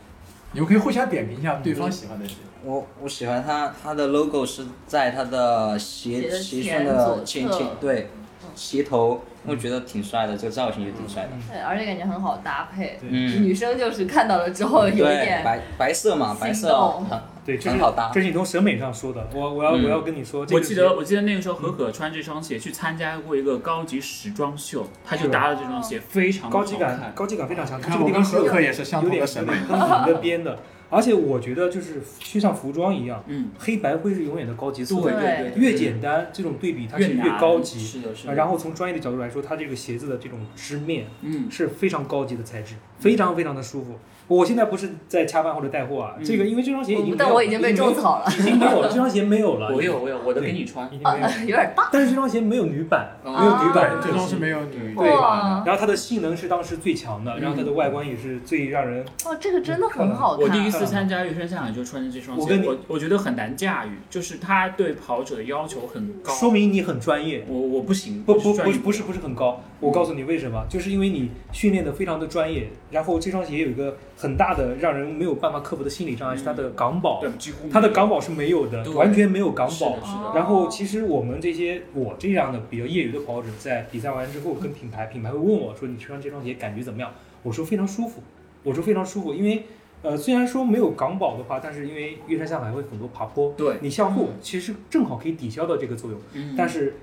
D: 你们可以互相点评一下对方喜欢的鞋。
F: 我我喜欢它，它的 logo 是在它的
C: 鞋
F: 鞋
C: 的
F: 鞋
C: 前
F: 身
C: 左
F: 的
C: 侧嗯
F: 前前对鞋头，我觉得挺帅的，这个造型也挺帅的，
C: 对，而且感觉很好搭配。
F: 嗯。
C: 女生就是看到了之后哦有一
F: 对，
C: 点，
F: 白白色嘛，
C: 心
F: 白色啊
C: 动
F: 很
E: 对，这是
F: 很好搭
E: 这。是你从审美上说的。我我要、
F: 嗯
E: 我要跟你说，这
B: 我
E: 个
B: 记得，我记得那个时候何
E: 嗯
B: 可穿这双鞋去参加过一个高级时装秀，他就搭了这双鞋，非常
E: 哦高级
B: 好
E: 感
B: 看
E: 高级感非常强，这
D: 看
E: 个
D: 我
E: 地
D: 跟
E: 方是
D: 何
E: 有
D: 可也是相
E: 有
D: 同
E: 点
D: 的审美。
E: 跟你的编的。而且我觉得就是就像服装一样，
B: 嗯，
E: 黑白灰是永远的高级色
B: 对
E: 彩，
B: 对对，
E: 越简单这种对比它
B: 越
E: 是
B: 难
E: 越高级。
B: 是的，是
E: 啊
B: 的。
E: 然后从专业的角度来说，它这个鞋子的这种织面
B: 嗯，
E: 是非常高级的材质，非常非常的舒服。我现在不是在掐饭或者带货
B: 嗯
E: 啊，这个因为这双鞋已经没有了，
C: 但我已经被种草了，
E: 已经没有了，这双鞋没有了，
B: 我有我有，我都给你穿
E: 已。经没有了。
C: 有点大。
E: 但是这双鞋没有女版，
B: 没
E: 没有女
B: 哦
E: 版，
D: 这双是没有女
E: 对
D: 版
C: 哇
E: 然后它的性能是当时最强
B: 嗯
E: 的，然后它的外观也是最让人
C: 哦，这个真的很好
B: 我第一
C: 看。
B: 次参加越山下海就穿着这双鞋，
E: 啊我跟你
B: 我我觉得很难驾驭，就是他对跑者的要求很高。
E: 说明你很专业。
B: 我我不行，
E: 不
B: 我
E: 不
B: 专
E: 不
B: 业嗯
E: 是不是不是很高，我告诉你为什么，就是因为你训练的非常的专业，然后这双鞋有一个很大的让人没有办法克服的心理障碍是它的港宝，
B: 嗯对几乎没有
E: 它的港宝是没有的，
B: 对
E: 完全没有港啊
B: 是
E: 宝
B: 的，。是的，
E: 然后其实我们这些我这样的比较业余的跑者，在比赛完之后跟品牌，品牌会问我说你穿上这双鞋感觉怎么样？我说非常舒服，我说非常舒服，因为呃虽然说没有港宝的话，但是因为呃越山下海会很多爬坡，
B: 对，
E: 你向后其实正好可以抵消到这个作用。
B: 嗯
E: 但是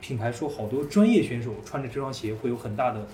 E: 品牌说好多专业选手穿着这双鞋会有很大的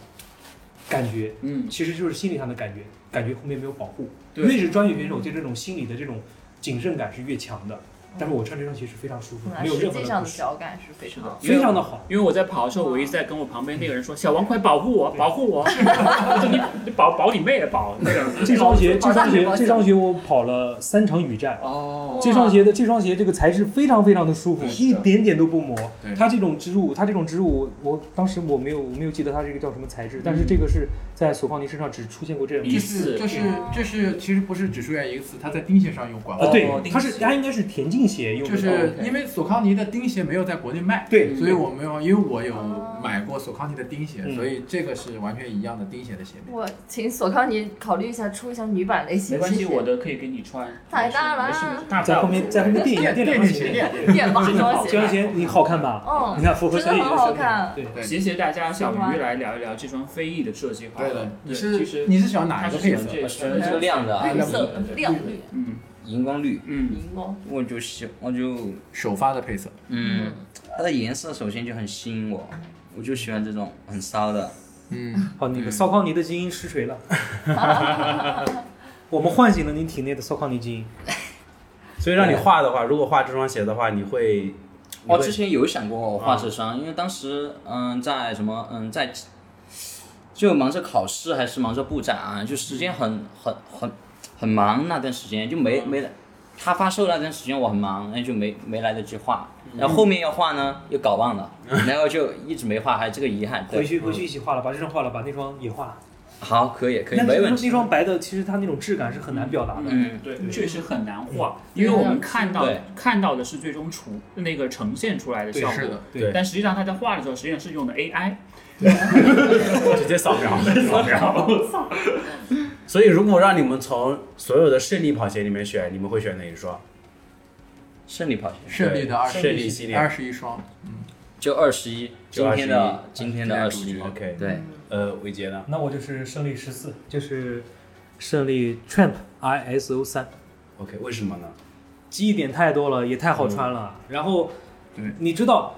E: 感觉，
B: 嗯，
E: 其实就是心理上的感觉，感觉后面没有保护。
B: 对
E: 越是专业选手，对这种心理的这种谨慎感是越强的。但是我穿这双鞋是非常舒服，
C: 那
E: 没有
C: 嗯实
E: 任何
C: 际
E: 的
C: 上
E: 不
C: 的
E: 适，
C: 脚感是非常好。
E: 非常的好。
B: 因为我在跑的时候，我一直在跟我旁边那个人说：“小王，快保护我，保护 我！”我说：“你你保保你妹的保那个。”
E: 这双鞋，这双鞋
C: 好，
E: 这双鞋我跑了三场雨战。
B: 哦，
E: 这双鞋的这双鞋这个材质非常非常的舒服，
D: 是
E: 一点点都不磨
D: 对。
E: 它这种织物，它这种织物，我当时我没有我没有记得它这个叫什么材质，但是这个是在索康尼身上只出现过这样的
B: 一
D: 这
B: 次
D: 是这是这是其实不是只出现一次，它在钉鞋上用管
E: 啊，
D: 法，
E: 对
B: 哦，钉
E: 它是
B: 鞋
E: 它应该是田径鞋用的，哦
D: 就是
B: ，OK
D: 因为索康尼的钉鞋没有在国内卖，
E: 对
D: 所以我没有，因为我有
C: 哦
D: 买过索康尼的钉鞋，
E: 嗯
D: 所以这个是完全一样的钉鞋的鞋面。
C: 我请索康尼考虑一下出一项女版类型，
B: 没关系，我的可以给你穿。
C: 太大了
B: 没事没事，大不
E: 在
B: 了
E: 后面在后面垫一下垫两双鞋
D: 鞋
E: 垫，
D: 垫，
C: 电吧这双
E: 这双
C: 鞋。
E: 鞋你好看吧？
C: 嗯
E: 你看符合小野
C: 真的很
E: 的
C: 好
E: 审美
C: 看，啊
E: 对，
D: 对
B: 谢谢大家，小
C: 喜欢
B: 鱼来聊一聊这双飞翼的设计好
D: 对
B: 了
D: 的，
B: 对其
D: 你是
B: 实
D: 你是喜欢哪
B: 它
D: 一个
B: 是
D: 配
B: 选
D: 色？
B: 这
F: 这
B: 全
F: 个亮的啊
C: 绿色呃亮绿
B: 嗯
F: 荧光绿，
B: 嗯，
C: 荧光，
F: 我就喜我就
D: 首发的配色，
F: 嗯，它的颜色首先就很吸引我，我就喜欢这种很骚的。
D: 嗯，
E: 好，那个骚康尼的基因 实锤了，我们唤醒了你体内的骚康尼基因，
A: 所以让你画的话，如果画这双鞋的话，你会，你
F: 我
A: 会
F: 哦之前有想过我画这双，因为当时嗯在什么嗯在就忙着考试还是忙着布展、啊，就时间很很很很忙那段时间就没没他发售那段时间我很忙，那就没没来得及画。然后后面要画呢又搞忘了，然后就一直没画，还有这个遗憾。
E: 回
F: 对，
E: 去回去一起画了，把这双画了，把那双也画了。
F: 好，可以可以，
E: 那
F: 没
E: 那
F: 问
E: 双
F: 题。
E: 那双白的，其实它那种质感是很难表达的。
F: 嗯，
B: 对，确实很难画，因为我们看到
F: 对
B: 看到的是最终出那个呈现出来的效
D: 是
B: 果，
D: 的，
A: 对
B: 但实际上他在画的时候，实际上是用的 AI。
A: 直接扫描，扫描。所以，如果让你们从所有的胜利跑鞋里面选，你们会选哪一双？
F: 胜利跑鞋
D: 胜利的二
A: 胜利系列
D: 二十一双，
F: 就二十一，
A: 就
F: 今天的
A: 21
F: 今
D: 今
F: 天的
D: 天
F: 二
D: 主
F: 十一
D: 角。
A: OK
F: 对，
A: 呃，伟杰
F: 嗯
A: 呢？
E: 那我就是胜利十四，就是胜利 Tramp ISO 三。
A: OK，为什么呢？
E: 记忆点太多了，也太好穿了。然后
D: 对，
E: 你知道，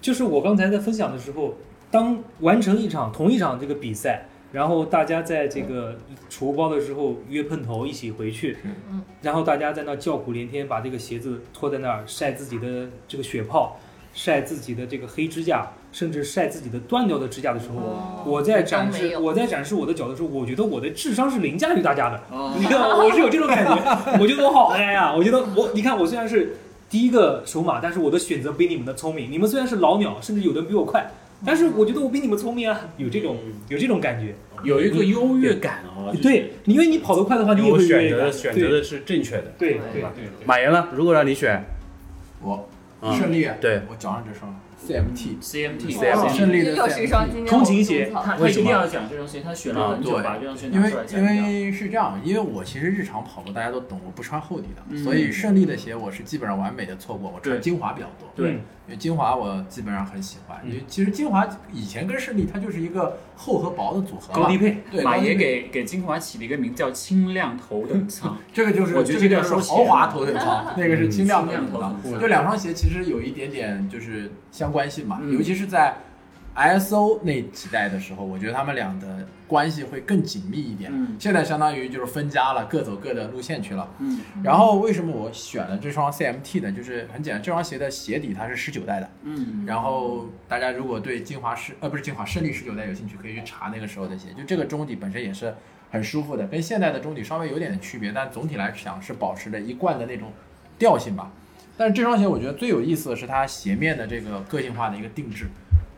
E: 就是我刚才在分享的时候，当完成一场同一场这个比赛，然后大家在这个储物包的时候约碰头一起回去，
C: 嗯，
E: 然后大家在那叫苦连天，把这个鞋子拖在那儿晒自己的这个血泡，晒自己的这个黑指甲，甚至晒自己的断掉的指甲的时候。
C: 哦
E: 我在展
C: 都没
E: 示
C: 有
E: 我在展示我的脚的时候，我觉得我的智商是凌驾于大家的，
B: 哦
E: 你知道吗？我是有这种感 觉，我觉得我好嗨呀、我觉得我，你看我虽然是第一个首马，但是我的选择比你们的聪明。你们虽然是老鸟，甚至有的比我快，
A: 嗯
E: 但是我觉得我比你们聪明啊，有这种有这种感觉。
B: 有一个优越感哦，就是
E: 对，因为你跑得快的话，你也
A: 我
E: 会
A: 选
E: 越
A: 择
E: 感
A: 的选择嗯的是正确的。
E: 对对
C: 对
E: 对
C: 吧
E: 对对
A: 马岩呢？如果让你选，
D: 我
A: 嗯
D: 胜利，
A: 对
D: 我脚上这双 CMT，
B: CMT
C: 哇
A: CMT
D: 胜利的
C: 又哦是一双今天
E: 通勤鞋
C: 我种草
B: 他他
A: 为
B: 一
A: 什
B: 定
A: 么
B: 要讲这双鞋，他选了很久
D: 啊对
B: 把这双鞋
D: 因
B: 拿
D: 为
B: 出来讲
D: 因
B: 一讲。
D: 为是这样，因为我其实日常跑步大家都懂，我不穿厚底的，
B: 嗯
D: 所以胜利的鞋我是基本上完美的错过，我
B: 对
D: 穿精华比较多。
B: 对
E: 嗯
D: 因为精华我基本上很喜欢，
E: 嗯
D: 因为其实精华以前跟胜利它就是一个厚和薄的组合嘛
E: 高低配，
D: 对，
B: 马
D: 高低
B: 爷
D: 配
B: 给给精华起了一个名叫“轻量头等舱
D: 这个就是
B: 我觉得
D: 这个
B: 这个
D: 就是
B: 收钱
D: 豪华头等舱，那个是轻量头
B: 轻量嗯
D: 等
B: 头等
D: 舱，
B: 舱
D: 就两双鞋其实有一点点就是相关性嘛，
B: 嗯
D: 尤其是在 ISO 那几代的时候，我觉得他们俩的关系会更紧密一点。
B: 嗯
D: 现在相当于就是分家了，各走各的路线去了”。。
B: 嗯
D: 然后为什么我选了这双 CMT 呢？就是很简单，这双鞋的鞋底它是十九代的，
B: 嗯，
D: 然后大家呃如果对金华市呃不是金华胜利十九代有兴趣，可以去查那个时候的鞋。就这个中底本身也是很舒服的，跟现在的中底稍微有点区别，但总体来讲是保持着一贯的那种调性吧。但是这双鞋我觉得最有意思的是它鞋面的这个个性化的一个定制，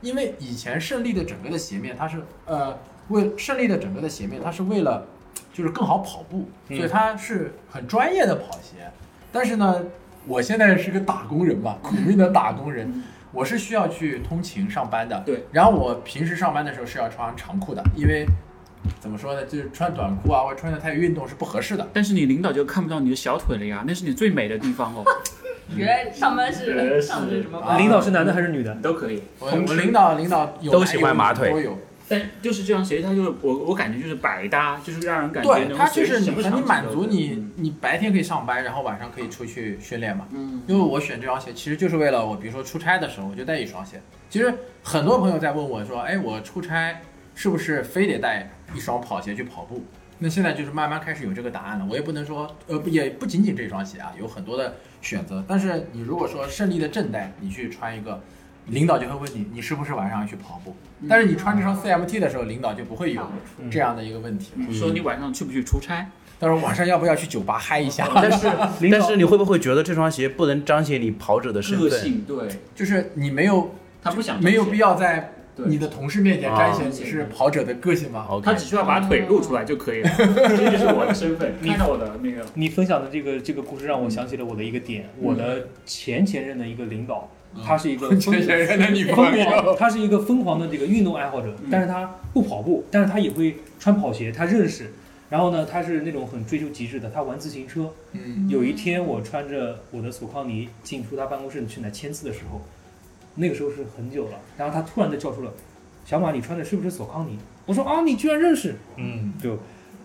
D: 因为以前胜利的整个的鞋面它是呃为胜利的整个的鞋面它是为了就是更好跑步，所以它是很专业的跑鞋。但是呢，我现在是个打工人嘛，苦命的打工人，我是需要去通勤上班的。
B: 对，
D: 然后我平时上班的时候是要穿长裤的，因为怎么说呢，就是穿短裤啊或者穿的太运动是不合适的。
B: 但是你领导就看不到你的小腿了呀，那是你最美的地方哦，
C: 原来上班是
B: 嗯
C: 上的是什么
D: 啊
C: 班？
E: 领导是男的还是女的？
B: 都可以。
D: 我我领导领导有
A: 都
D: 男
A: 喜
D: 有
A: 欢
D: 女
A: 马腿
D: 都有。
B: 但就是这双鞋，它就是我我感觉就是百搭，就是让人感觉
D: 对，
B: 能
D: 它
B: 随
D: 就是
B: 时
D: 你
B: 什么
D: 和
B: 场
D: 你
B: 景
D: 满
B: 都
D: 足
B: 有
D: 你，你白天可以上班，然后晚上可以出去训练嘛。
B: 嗯，
D: 因为我选这双鞋，其实就是为了我，比如说出差的时候，我就带一双鞋。其实很多朋友在问我说，哎，我出差是不是非得带一双跑鞋去跑步？那现在就是慢慢开始有这个答案了。我也不能说，呃，不也不仅仅这双鞋啊，有很多的选择。但是你如果说胜利的正代，你去穿一个，领导就会问你，你是不是晚上要去跑步？但是你穿这双 CMT 的时候，领导就不会有这样的一个问题。
B: 说你晚上去不去出差？
D: 到时候晚上要不要去酒吧嗨一下？
A: 但是但是你会不会觉得这双鞋不能彰显你跑者的身
B: 个
A: 份？
B: 性对，
D: 就是你没有
B: 他不想
D: 没有
B: 这么
D: 必要在
B: 对
D: 你的同事面前彰显
B: 啊
D: 你是跑者的个性 吗？
B: 他
A: OK，
B: 只需要把腿露出来就 可以了，这就是我的身份，看到我的那个
E: 你分享的这个这个故事让我想起了我的一个点，
A: 嗯
E: 我的前前任的一个领导，他是一 个
D: 这些人的 女 朋
E: 疯
D: 友，
E: 狂，啊他是一个疯狂的这个运动爱好者
B: 嗯，
E: 但是他不跑步，但是他也会穿跑鞋，他认识。然后呢，他是那种很追求极致的，他玩自行车。
D: 嗯，
E: 有一天，我穿着我的索康尼进出他办公室去拿签字的时候，那个时候是很久了。然后他突然的叫出了：“小马，你穿的是不是索康尼？”我说：“啊，你居然认识！”
D: 嗯，
E: 就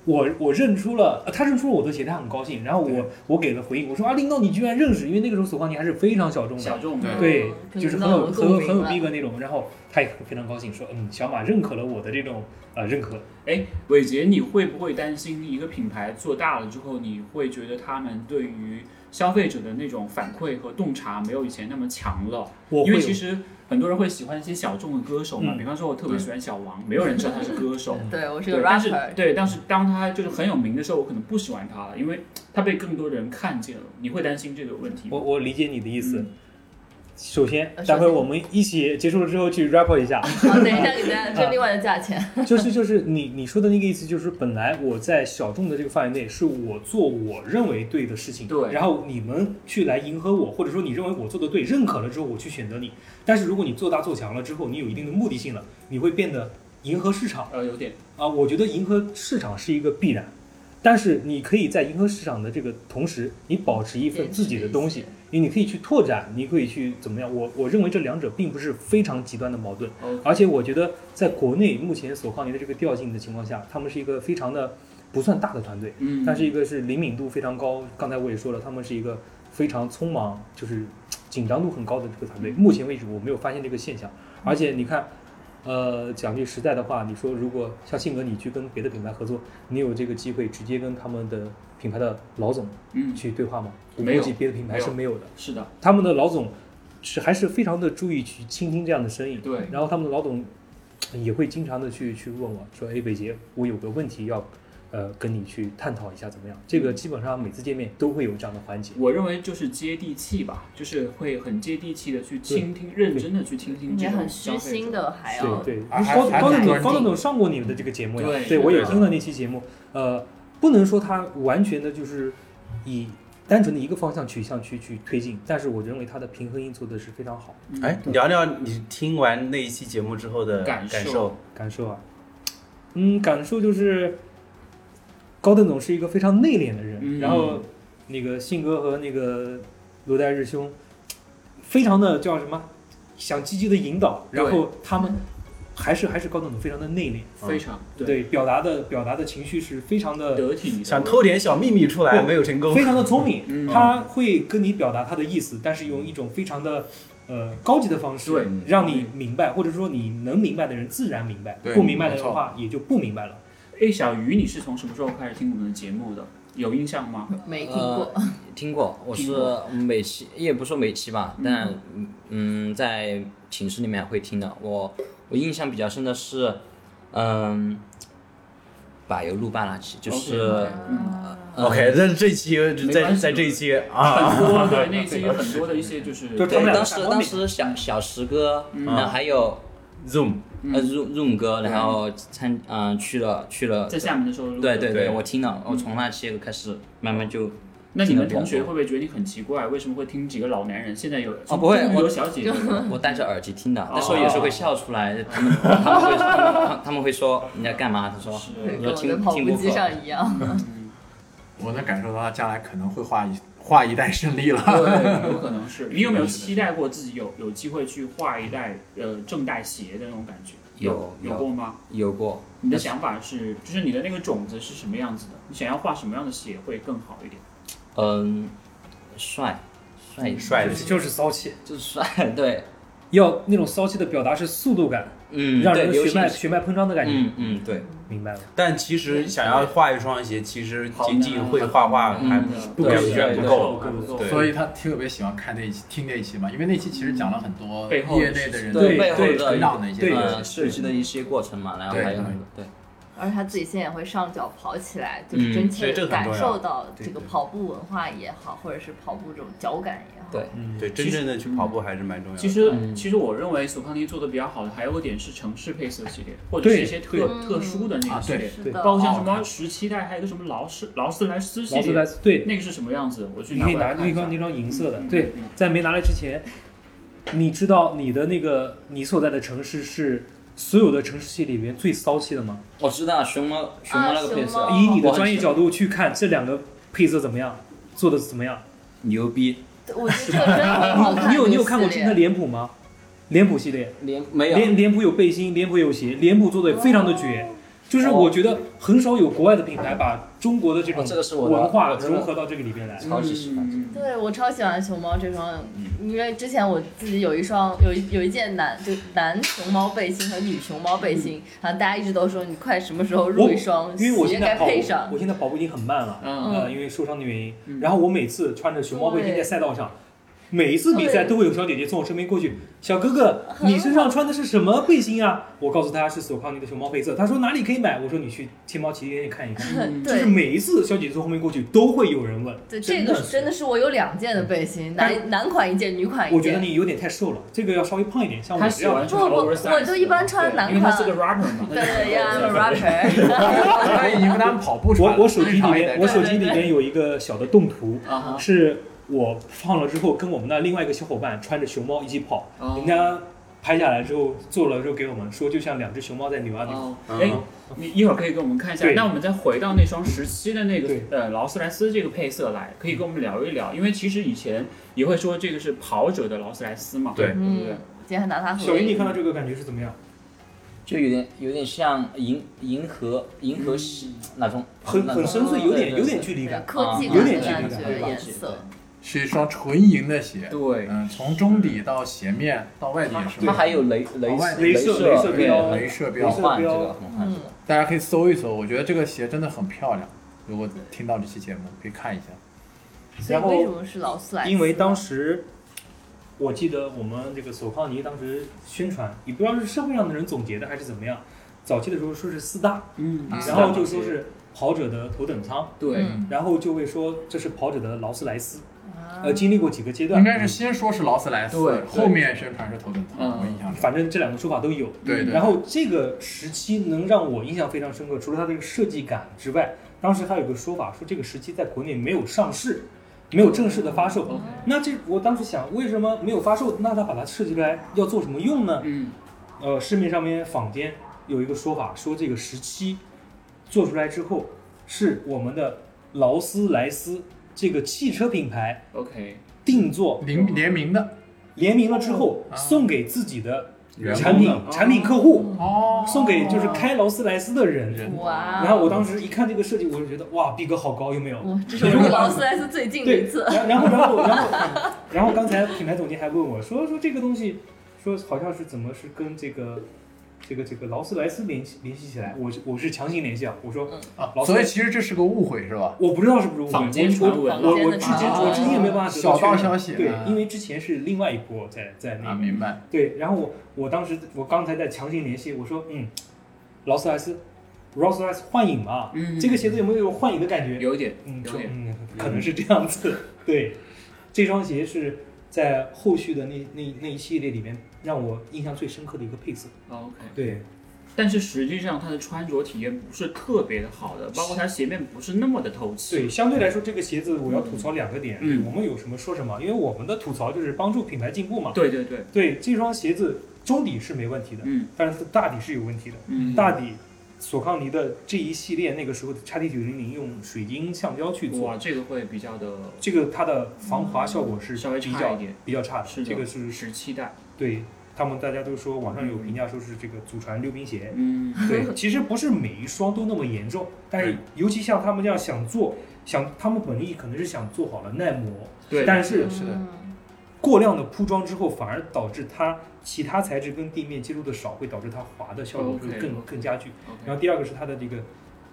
E: 我我认出了、呃他认出了我的鞋，他很高兴。然后我我给了回应，我说啊，领导你居然认识，因为那个时候索康尼还是非常小众
B: 小
E: 的，
B: 众
D: 对
E: 对，
C: 嗯
E: 就是
C: 跟
E: 很
C: 领导
E: 有
C: 有共
E: 很有
C: 鸣
E: 很有
C: 了
E: 逼格那种。然后他也非常高兴说，嗯，小马认可了我的这种呃认可。
B: 哎，伟杰，你会不会担心一个品牌做大了之后，你会觉得他们对于消费者的那种反馈和洞察没有以前那么强了？因
E: 我会
B: 为
E: 有
B: 其实很多人会喜欢一些小众的歌手嘛，
E: 嗯
B: 比方说我特别喜欢小王，没有人知道他是歌 手。
C: 对，我是
B: 对
C: 个，
B: 但是
C: rapper，
B: 对，但是当他就是很有名的时候，我可能不喜欢他了，因为他被更多人看见了。你会担心这个问题吗？
E: 我我理解你的意思。
B: 嗯
E: 首先
C: 呃，首
E: 待会儿
C: 先
E: 我们一起结束了之后去 rap 一下。
C: 好，等一下给大 家，这是另外的价钱。
E: 就是就是你你说的那个意思，就是本来我在小众的这个范围内，是我做我认为对的事情，
B: 对
E: 然后你们去来迎合我，或者说你认为我做的对，认可了之后我去选择你。但是如果你做大做强了之后，你有一定的目的性了，你会变得迎合市场
B: 呃，有点，
E: 啊。我觉得迎合市场是一个必然，但是你可以在迎合市场的这个同时，你保持一份自己的东西，因为你可以去拓展，你可以去怎么样。我我认为这两者并不是非常极端的矛盾。
B: 哦，
E: 而且我觉得，在国内目前索康尼的这个调性的情况下，他们是一个非常的不算大的团队，
B: 嗯，
E: 但是一个是灵敏度非常高。刚才我也说了，他们是一个非常匆忙，就是紧张度很高的这个团
B: 嗯
E: 队。目前为止，我没有发现这个现象。而且你看，呃，讲句实在的话，你说如果像信哥你去跟别的品牌合作，你有这个机会直接跟他们的品牌的老总
B: 嗯，
E: 去对话吗？我
B: 没有
E: 估计别的品牌是没有的。
B: 是的，
E: 他们的老总是还是非常的注意去倾听这样的声音。
B: 对，
E: 然后他们的老总呃也会经常的去去问我说：“哎，北杰，我有个问题要呃跟你去探讨一下，怎么样？”这个基本上每次见面都会有这样的环节。
B: 我认为就是接地气吧，就是会很接地气的去倾听，认真的去听听
C: 也
B: 这
C: 很
B: 种
C: 虚
B: 消费
C: 心
B: 者。
C: 的，哎还
E: 对
C: 要
E: 对，
D: 还还
E: 高
D: 还
E: 高
D: 蛮
E: 总
D: 专注
E: 总高总总上过你们的这个节目呀，
B: 对
E: 对
B: 是
E: 我也
B: 的
E: 听了那期节目，呃，不能说它完全的就是以单纯的一个方向取向去去推进，但是我认为它的平衡因做的是非常好，
A: 哎，聊聊你听完那一期节目之后的
B: 感受
A: 受。
E: 感受啊，嗯，感受就是高邓总是一个非常内敛的人，
B: 嗯
E: 然后那个信哥和那个罗代日兄，非常的叫什么，想积极的引导，
B: 对
E: 然后他们还是还是高邓总非常的内敛，
B: 非常
E: 嗯对，表达的表达的情绪是非常的
B: 得体，
A: 想偷点小秘密出来，
E: 不
A: 没有成功
E: 非。常的聪明，
B: 嗯
E: 他会跟你表达他的意思，但是用一种非常的呃高级的方
B: 对
E: 式，让你明白，或者说你能明白的人自然明白
D: 对，
E: 不明白的人
D: 没
E: 的
D: 错
E: 话也就不明白了。
B: 哎，小鱼，你是从什么时候开始听我们的节目的？有印象吗？
C: 没听过。
F: 听过，我
B: 听
F: 是
B: 过
F: 每期也不说每期吧，但嗯，在寝室里面会听的。我我印象比较深的是，嗯，柏油路半拉骑，就
B: OK，
F: 是
C: 嗯
F: 呃
A: OK，这这期
B: 没
A: 在
B: 关系
A: 在这一期啊，
B: 很多对那些有很多的一些就是
E: 就他
F: 对
E: 们，俩
F: 当时
E: 闪光
F: 当
E: 点
F: 时小小石哥，然后还有
A: Zoom
F: 呃 Zoom Zoom 哥，然后参嗯去了去了
B: 在，厦门的时候录的，
F: 对对
A: 对
F: 对，我听了，我从那期开始慢慢就
B: 那你们同学会不会觉得你很奇怪？为什么会听几个老男人？现在有
F: 哦不会
B: 中国
F: 我
B: 有小姐姐，
F: 我戴着耳机听的，但是我有时候会笑出来，他们他们会他们他们会说你在干嘛？他说
C: 对跟
F: 你说
C: 我的
F: 听
C: 跑
F: 听
C: 步
F: 播
C: 机
F: 客，
C: 上一样。
B: 嗯
D: 我能感受到他将来可能会画一画一代胜利了。
B: 对，有可能是。你有没有期待过自己有有机会去画一代呃正代鞋的那种感觉？有
F: 有有
B: 过吗？
F: 有过，
B: 你的想法是，就是你的那个种子是什么样子的？你想要画什么样的鞋会更好一点？
F: 嗯，帅帅
A: 帅
E: 就是就是骚气，
F: 就是帅， 对，
E: 要那种骚气的表达是速度感，
F: 嗯，
E: 让
F: 对
E: 人
F: 流
E: 血
F: 行
E: 脉，血脉膨胀的感觉。
F: 嗯嗯对，
E: 明白了，
A: 但其实想要画一双鞋，其实仅仅会画画
F: 嗯
A: 还
B: 不
F: 对
A: 远远
F: 对
A: 不够。
B: 不够
A: 对
D: 所以他特别喜欢看那一期、听那一期嘛，因为那期其实讲了很多
B: 背后的
D: 业内的人
E: 对
F: 背后的
D: 成长的一些
E: 对
D: 东西
F: 呃，设计的一些过程嘛，然后
D: 对
F: 还有
D: 对
F: 很多对，
C: 而且他自己现在也会上脚跑起来，就
F: 嗯
C: 是真
A: 对
C: 切
A: 这
C: 的
A: 个很
C: 感
A: 重要
C: 受到
A: 对
C: 这个
A: 对
C: 跑步文化也好，或者是跑步这种脚感也好。
F: 嗯
A: 对，
F: 对
A: 真正的去跑步还是蛮重要的。
B: 其实，
F: 嗯
B: 其实我认为索康尼做的比较好的还有一点是城市配色系列，或者是一些
E: 对
B: 特
E: 对嗯
B: 特殊的那个
D: 啊
B: 系
D: 对
B: 列，
C: 是
E: 对
C: 的，
B: 包括像什
D: 哦
B: 么十七代，还有一个什么劳斯劳斯莱斯系
E: 劳斯莱
B: 列，
E: 斯对，
B: 那个是什么样子？我去
E: 你可以
B: 过
E: 拿
B: 来看
E: 那
B: 一下
E: 张那张银色的
B: 嗯，
E: 对
B: 嗯，
E: 在没拿来之前，你知道你的那个你所在的城市是所有的城市系里边最骚气的吗？
F: 我知道熊猫熊猫那个配啊色，
C: 啊熊猫
E: 以你的
F: 我很
E: 专业
F: 喜
E: 角度去看这两个配色怎么样，做的怎么样？
F: 牛逼，
C: 对 我觉得这个真的很好看。
E: 你有你有
C: 这个
E: 看过
C: 系
E: 金
C: 列
E: 的脸谱吗？脸谱系列，
F: 连没有
E: 脸脸谱有背心，脸谱有鞋，脸谱做的非常的
F: 哦
E: 绝。就是我觉得很少有国外的品牌把中国的这种
F: 哦这个是我的
E: 文化
F: 我真的
E: 融合到这个里边来。
F: 超级喜欢，
B: 嗯
C: 对，我超喜欢熊猫这双，因为之前我自己有一双有一有一件男就男熊猫背心和女熊猫背心，然后大家一直都说你快什么时候入一双，
E: 因为我
C: 鞋
E: 现在
C: 该
E: 跑步
C: 配上，。
E: 我现在跑步已经很慢了，
B: 嗯
E: 呃，因为受伤的原因。
B: 嗯
E: 然后我每次穿着熊猫背心在赛道上，每一次比赛
C: 对
E: 都会有小姐姐从我身边过去，小哥哥，你身上穿的是什么背心啊？我告诉她是索康尼的熊猫配色，她说哪里可以买？我说你去天猫旗舰店 看一看。就是
C: 对
E: 每一次小姐姐从后面过去，都会有人问。
C: 对，这个是真的是我有两件的背心，男男款一件，女款
E: 我
C: 一
E: 觉得
C: 件。
E: 你有点太瘦了，这个要稍微胖一点，像我
B: 他
E: 这
B: 喜欢
E: 样。
C: 不不，我就一般穿
B: 对
C: 男
B: 因为他是个
C: 款。
B: rapper 嘛，
C: 对对，Yeah I'm a rapper。
D: 所以你们他们跑步出来
E: 我
D: 了
E: 我手机里
D: 那一代
E: 面，我手机里面有一个小的动图，
B: 啊哈，
E: 是我放了之后，跟我们的另外一个小伙伴穿着熊猫一起跑，
B: 哦
E: 人家拍下来之后做了之后给我们说，就像两只熊猫在扭啊扭。
B: 哦，
A: 嗯
B: 哎，你一会儿可以给我们看一下。
E: 对
B: 那我们再回到那双十七的那个
E: 对
B: 呃劳斯莱斯这个配色来，可以跟我们聊一聊，因为其实以前也会说这个是跑者的劳斯莱斯嘛，
A: 对
B: 对不对
C: 嗯？，今天还拿它
E: 小
C: 合
E: 云，你
C: 影。
E: 看到这个感觉是怎么样？
F: 就有点有点像银银河银河系那种，
E: 嗯很
F: 那
E: 很
F: 种
E: 深邃，有点
F: 对对
E: 有点
F: 对
E: 距离感。
C: 科技
F: 啊
C: 感
E: 有点
C: 的
E: 距离
C: 感
E: 感
C: 觉
E: 对
C: 颜色，
D: 是一双纯银的鞋，
B: 对，
D: 嗯，从中底到鞋面到外底也是
F: 它
D: 吗？
F: 还有镭
D: 往外
F: 镭
E: 镭射哦
F: 射
E: 镭射
F: 对
E: 标
D: 镭射标
F: 很，幻这
E: 标
F: 个很幻
C: 嗯，
D: 大家可以搜一搜，我觉得这个鞋真的很漂亮。如果听到这期节目，可以看一下。
C: 所以
E: 然后
C: 为什么是劳斯莱斯呢？
E: 因为当时我记得我们这个索康尼当时宣传，也不知道是社会上的人总结的还是怎么样，早期的时候说是四大，
B: 嗯
C: 嗯
E: 然后就说是跑者的头等舱，
B: 对，
C: 嗯
E: 然后就会说这是跑者的劳斯莱斯。
C: 啊
E: 呃，经历过几个阶段
D: 应，该是先说是劳斯莱斯
B: 对，对
D: 后面宣传是头等舱，
B: 嗯
D: 我印象中。
E: 反正这两个说法都有。
D: 对对。
E: 然后这个时期能让我印象非常深刻，除了它这个设计感之外，当时还有一个说法说这个时期在国内没有上市，没有正式的发售。
B: OK，
E: 那这我当时想，为什么没有发售？那他把它设计出来要做什么用呢？
B: 嗯，
E: 呃，市面上面坊间有一个说法，说这个时期做出来之后，是我们的劳斯莱斯这个汽车品牌
B: OK，
E: 定做
D: 联联名的
E: 联名了之后
D: 啊
E: 送给自己的
D: 员工
E: 产品
D: 的
E: 产品客户。
D: 哦，
E: 送给就是开劳斯莱斯的人。
D: 人
C: 哇！
E: 然后我当时一看这个设计，我就觉得哇，逼格好高，有没有？
C: 哇，这是我离劳斯莱斯最近的
E: 对
C: 一次，。
E: 然然后然后然后然后刚才品牌总监还问我说说这个东西，说好像是怎么是跟这个。这个这个劳斯莱斯联系联系起来，我是我是强行联系啊，我说
D: 啊
E: 劳斯
D: 所以其实这是个误会是吧？啊
E: 我不知道是不是误会，
B: 坊间
E: 我
B: 传闻
E: 我我
C: 坊间的
E: 我至
C: 传
E: 今
C: 闻
E: 啊我至今也没有办法得
D: 小
E: 到
D: 道
E: 确认
D: 消息
E: 对
D: 啊，
E: 因为之前是另外一波在在那
D: 啊，
E: 个
D: 明白。
E: 对，然后我我当时我刚才在强行联系，我说嗯，劳斯莱斯 Rolls Royce 幻影嘛，
B: 嗯
E: 这个鞋子有没有一种幻影的感觉？
B: 有一点，
E: 嗯，
B: 有点
E: 嗯，可能是这样子。对，这双鞋是在后续的那那那一系列里面让我印象最深刻的一个配色。
B: 哦 OK。
E: 对，
B: 但是实际上它的穿着体验不是特别的好的，包括它鞋面不是那么的透气。
E: 对，相对来说这个鞋子我要吐槽两个点，
B: 嗯
E: 我们有什么说什么，因为我们的吐槽就是帮助品牌进步嘛。
B: 对对对，
E: 对，这双鞋子中底是没问题的，
B: 嗯
E: 但是它大底是有问题的。
B: 嗯，
E: 大底索康尼的这一系列那个时候的 XT 九零零用水晶橡胶去做，
B: 哇，这个会比较的
E: 这个它的防滑效果是
B: 稍微
E: 比
B: 差一
E: 较
B: 点，
E: 比较差
B: 是的
E: 这个是
B: 十七代。
E: 对他们大家都说网上有评价说是这个祖传溜 冰鞋。
B: 嗯，
E: 对，其实不是每一双都那么严重，但是
B: 嗯
E: 尤其像他们这样想做，想他们本意可能是想做好了耐磨，
B: 对，
E: 但是
D: 是的
C: 嗯
E: 过量的铺装之后，反而导致它其他材质跟地面接触的少，会导致它滑的效果会
B: OK 嗯
E: 更更加剧。
B: OK，
E: 然后第二个是它的这个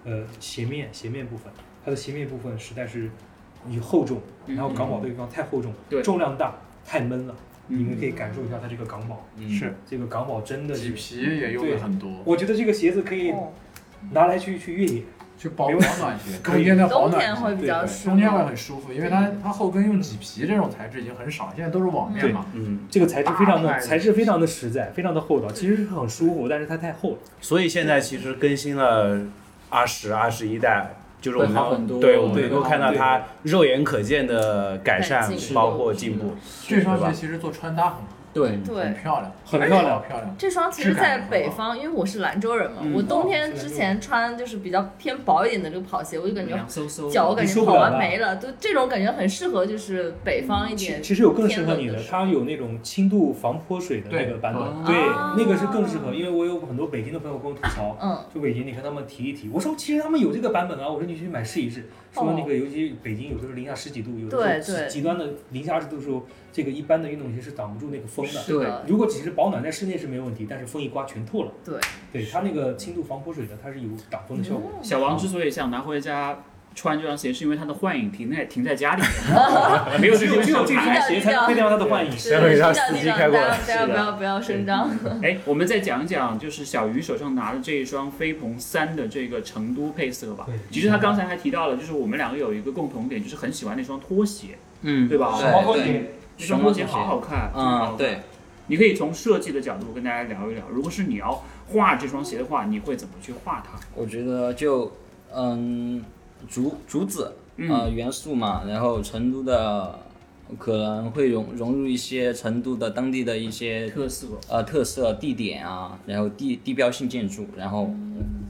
E: 呃鞋面鞋面部分，它的鞋面部分实在是以厚重，
B: 嗯
E: 然后港宝这个地方太厚重，
B: 对
E: 重量大，太闷了。
B: 嗯
E: 你们可以感受一下它这个港宝，
A: 嗯
D: 是
E: 这个港宝真的
D: 麂
E: 是，
D: 皮也用了很多，
E: 我觉得这个鞋子可以
C: 哦
E: 拿来去去越野。
D: 去保
E: 没
D: 保
E: 问题
D: 暖鞋，
E: 可以
D: 冬天的保
C: 冬
D: 暖
C: 天会
D: 鞋
C: 比较
D: 嗯对
C: 舒服
D: 冬。天会很舒服，因为它它后跟用麂皮这种材质已经很少，现在都是网面嘛。
A: 嗯，
E: 这个材质非常
D: 大
E: 的
D: 牌子
E: 材质非常的实在，非常的厚道，其实是很舒服，但是它太厚了。
A: 所以现在其实更新了二十二十一代，就是我
B: 会好很
A: 们
B: 多
A: 对我们
B: 对
A: 能够看到
E: 对
A: 它肉眼可见的改善
C: 改，进
A: 包括进步。
D: 这双
A: 对吧
D: 鞋其实做穿搭很好，
B: 对，
D: 很
C: 对，
D: 漂亮，
E: 很漂亮
D: 哎好漂亮。
C: 这双其实在北方，因为我是兰州人嘛，
B: 嗯
C: 我冬天之前穿就是比较偏薄一点的这个跑鞋，我就感觉
B: 凉飕飕，
C: 脚感
E: 受
C: 觉
E: 不
C: 跑
E: 了
C: 完
E: 了
C: 没了，就这种感觉很适合就是北方一点。
E: 其实有更适合你的
C: 天冷的，时候
E: 它有那种轻度防泼水的那个版本，
B: 对
E: 对
C: 哦，
E: 那个是更适合，因为我有很多北京的朋友跟我吐槽，
C: 嗯，
E: 说北京，你看他们提一提，我说其实他们有这个版本啊，我说你去买试一试。说那个尤其北京有的时候零下十几度，有的时候
C: 哦对对
E: 极极端的零下二十度的时候，这个一般的运动鞋是挡不住那个风的。
C: 是的，
E: 如果只是保暖在室内是没问题，但是风一刮全透了。
C: 对，
E: 对它那个轻度防泼水的，它是有挡风的效果。
C: 嗯
B: 小王之所以想拿回家穿这双鞋，是因为他的幻影停在停在家里，没有
E: 只
B: 这
E: 有
B: 种
E: 只有
B: 手
E: 这双
B: 牌。
E: 鞋才能推掉它的幻影。
C: 是
A: 待会儿让
C: 是这样
A: 司机
C: 这样
A: 开过
C: 大
A: 来
C: 家大家
E: 是的
C: 不要不要声张。
B: 哎，我们再讲讲，就是小鱼手上拿的这一双飞鹏三的这个成都配色吧
E: 对。
B: 其实他刚才还提到了，就是我们两个有一个共同点，就是很喜欢那双拖鞋，
F: 嗯，
B: 对吧？
F: 对
E: 包括
F: 对
E: 你
B: 那双拖鞋好好看，真的好好
F: 嗯，
B: 看
F: 对，
B: 你可以从设计的角度跟大家聊一聊，如果是你要画这双鞋的话，你会怎么去画它？
F: 我觉得就嗯，竹竹子呃元素嘛，然后成都的可能会融融入一些成都的当地的一些
B: 特色，
F: 呃特色地点啊，然后地地标性建筑，然后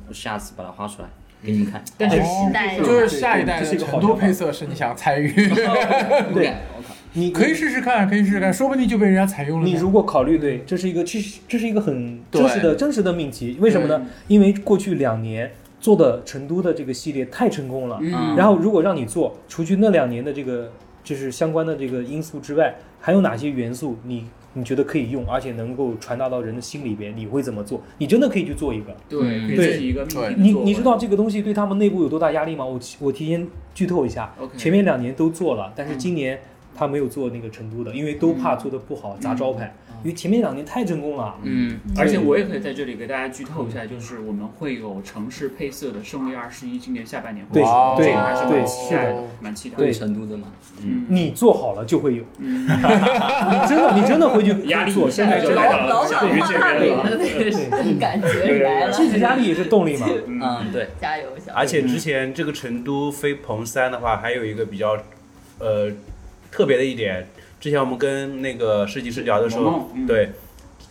F: 我下次把它画出来给你们看。
B: 但是
D: 哦
C: 代
E: 对
D: 就是下一代
E: 这是
D: 的
E: 一个好
D: 成
E: 想
D: 都
E: 法
D: 配色是你想参与，
E: 对
F: ，OK，我靠，
E: 你
D: 可以试试看，可以试试看，说不定就被人家采用了呢。
E: 你如果考虑对，这是一个这是这是一个很
D: 对
E: 真实的真实的命题，为什么
B: 嗯
E: 呢？因为过去两年做的成都的这个系列太成功了，
B: 嗯，
E: 然后如果让你做，除去那两年的这个就是相关的这个因素之外，还有哪些元素你你觉得可以用，而且能够传达到人的心里边？你会怎么做？你真的可以去做一个。
A: 嗯
B: 对，给
E: 对
B: 自己一个命
D: 对
B: 题
E: 你你知道这个东西对他们内部有多大压力吗？我我提前剧透一下，
B: OK
E: 前面两年都做了，但是今年他没有做那个成都的，因为都怕做的不好砸招牌，因为前面两年太成功了。
B: 嗯，而且我也可以在这里给大家剧透一下，就是我们会有城市配色的胜利二十一，今年下半年会
E: 对
B: 有，
D: 哇
E: 对
B: 这个还是
E: 对
B: 蛮期待
D: 是
B: 的
D: 的，
B: 蛮期待
E: 对
B: 的。
F: 成都的嘛，
B: 嗯，
E: 你做好了就会有，
B: 嗯
E: 你真的你真的回去
B: 压力
E: 做，
B: 一
E: 现
B: 下
E: 在
B: 就
E: 真
B: 来
E: 的
B: 了，
C: 老
B: 小
C: 板
B: 鱼
C: 画
B: 这
C: 大饼
B: 边了，
C: 的那种感觉
E: 对
C: 来了，
E: 经济压力也是动力嘛。
F: 嗯，对，
C: 加油小
A: 而
C: 王。
A: 且之前这个成都飞鹏三的话，还有一个比较呃特别的一点，之前我们跟那个设计师聊的时候
B: 萌萌，嗯
A: 对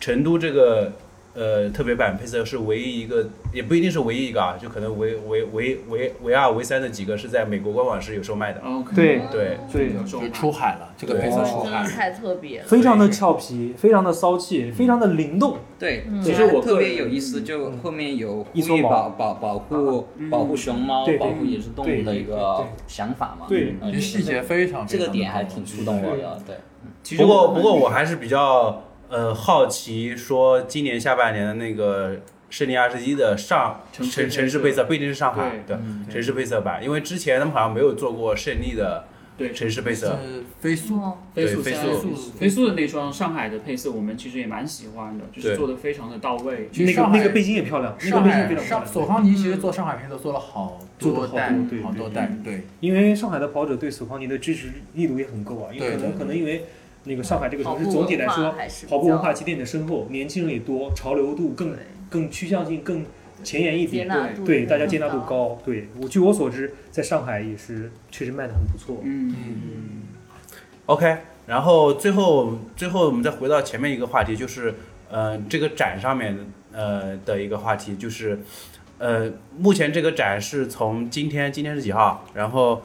A: 成都这个呃特别版配色是唯一一个，也不一定是唯一一个啊，就可能唯唯唯唯唯二、唯三的几个是在美国官网是有售卖的。
B: ，OK，
E: 对
A: 对
E: 对
B: 有时候
D: 就出海了，这个配
C: 嗯真
D: 色
C: 的
D: 出海了。
C: 太特别了，
E: 非常的俏皮，非常的骚气，非常的灵动。
F: 对，
C: 嗯
F: 其实我特别有意思，
B: 嗯
F: 就后面有
E: 一
F: 呼
E: 撮
F: 吁
E: 毛
F: 保保保护
B: 嗯
F: 保护熊猫
E: 对、对
F: 保护野生动物的一
E: 对
F: 个
E: 对
F: 想法嘛。
E: 对
F: 嗯
D: 这细节非常，
F: 这个点还
D: 非常
F: 挺
D: 的
F: 触动我的。对，
B: 其实
A: 不过不过我还是比较呃好奇，说今年下半年的那个胜利二十一的上城
B: 城市配色嗯
A: 城市配色不一定是上海对城市配色版，因为之前他们好像没有做过胜利的
B: 对
A: 城市配色，
D: 是飞速，
C: 哦，
B: 飞
A: 对
B: 速
A: 飞
B: 三
A: 速
B: 飞速的那双上海的配色，我们其实也蛮喜欢的，就是
A: 对
B: 做的非常的到位。
D: 其
E: 那
D: 实
E: 个
D: 上海
E: 那个背心也漂亮，那个
D: 上
E: 背心
D: 海
E: 非常漂
D: 上索
E: 亮。
D: 康尼其实做上海配色做了好
E: 做
D: 多
E: 了好
D: 代
E: 多对，
D: 好
E: 对
D: 多
E: 对
D: 代，对，
E: 因为上海的跑者对索康尼的支持力度也很够啊，因为可
D: 对对
E: 能
D: 对
E: 可能因为那个上海这个
C: 跑
E: 城
C: 步
E: 市总体来
C: 文
E: 说
C: 化，还是比
E: 跑步文
C: 较
E: 化积淀的深厚，年轻人也多，潮流度更
C: 对
E: 更趋向性更前沿一
C: 接
E: 点，
C: 纳度
E: 对
C: 也
E: 大家
C: 更
E: 接纳度
C: 高。
E: 高。对我据我所知，在上海也是确实卖的很不错。
B: 嗯，
A: OK，然后最后最后我们再回到前面一个话题，就是呃这个展上面呃的一个话题，就是呃目前这个展是从今天今天是几号？然后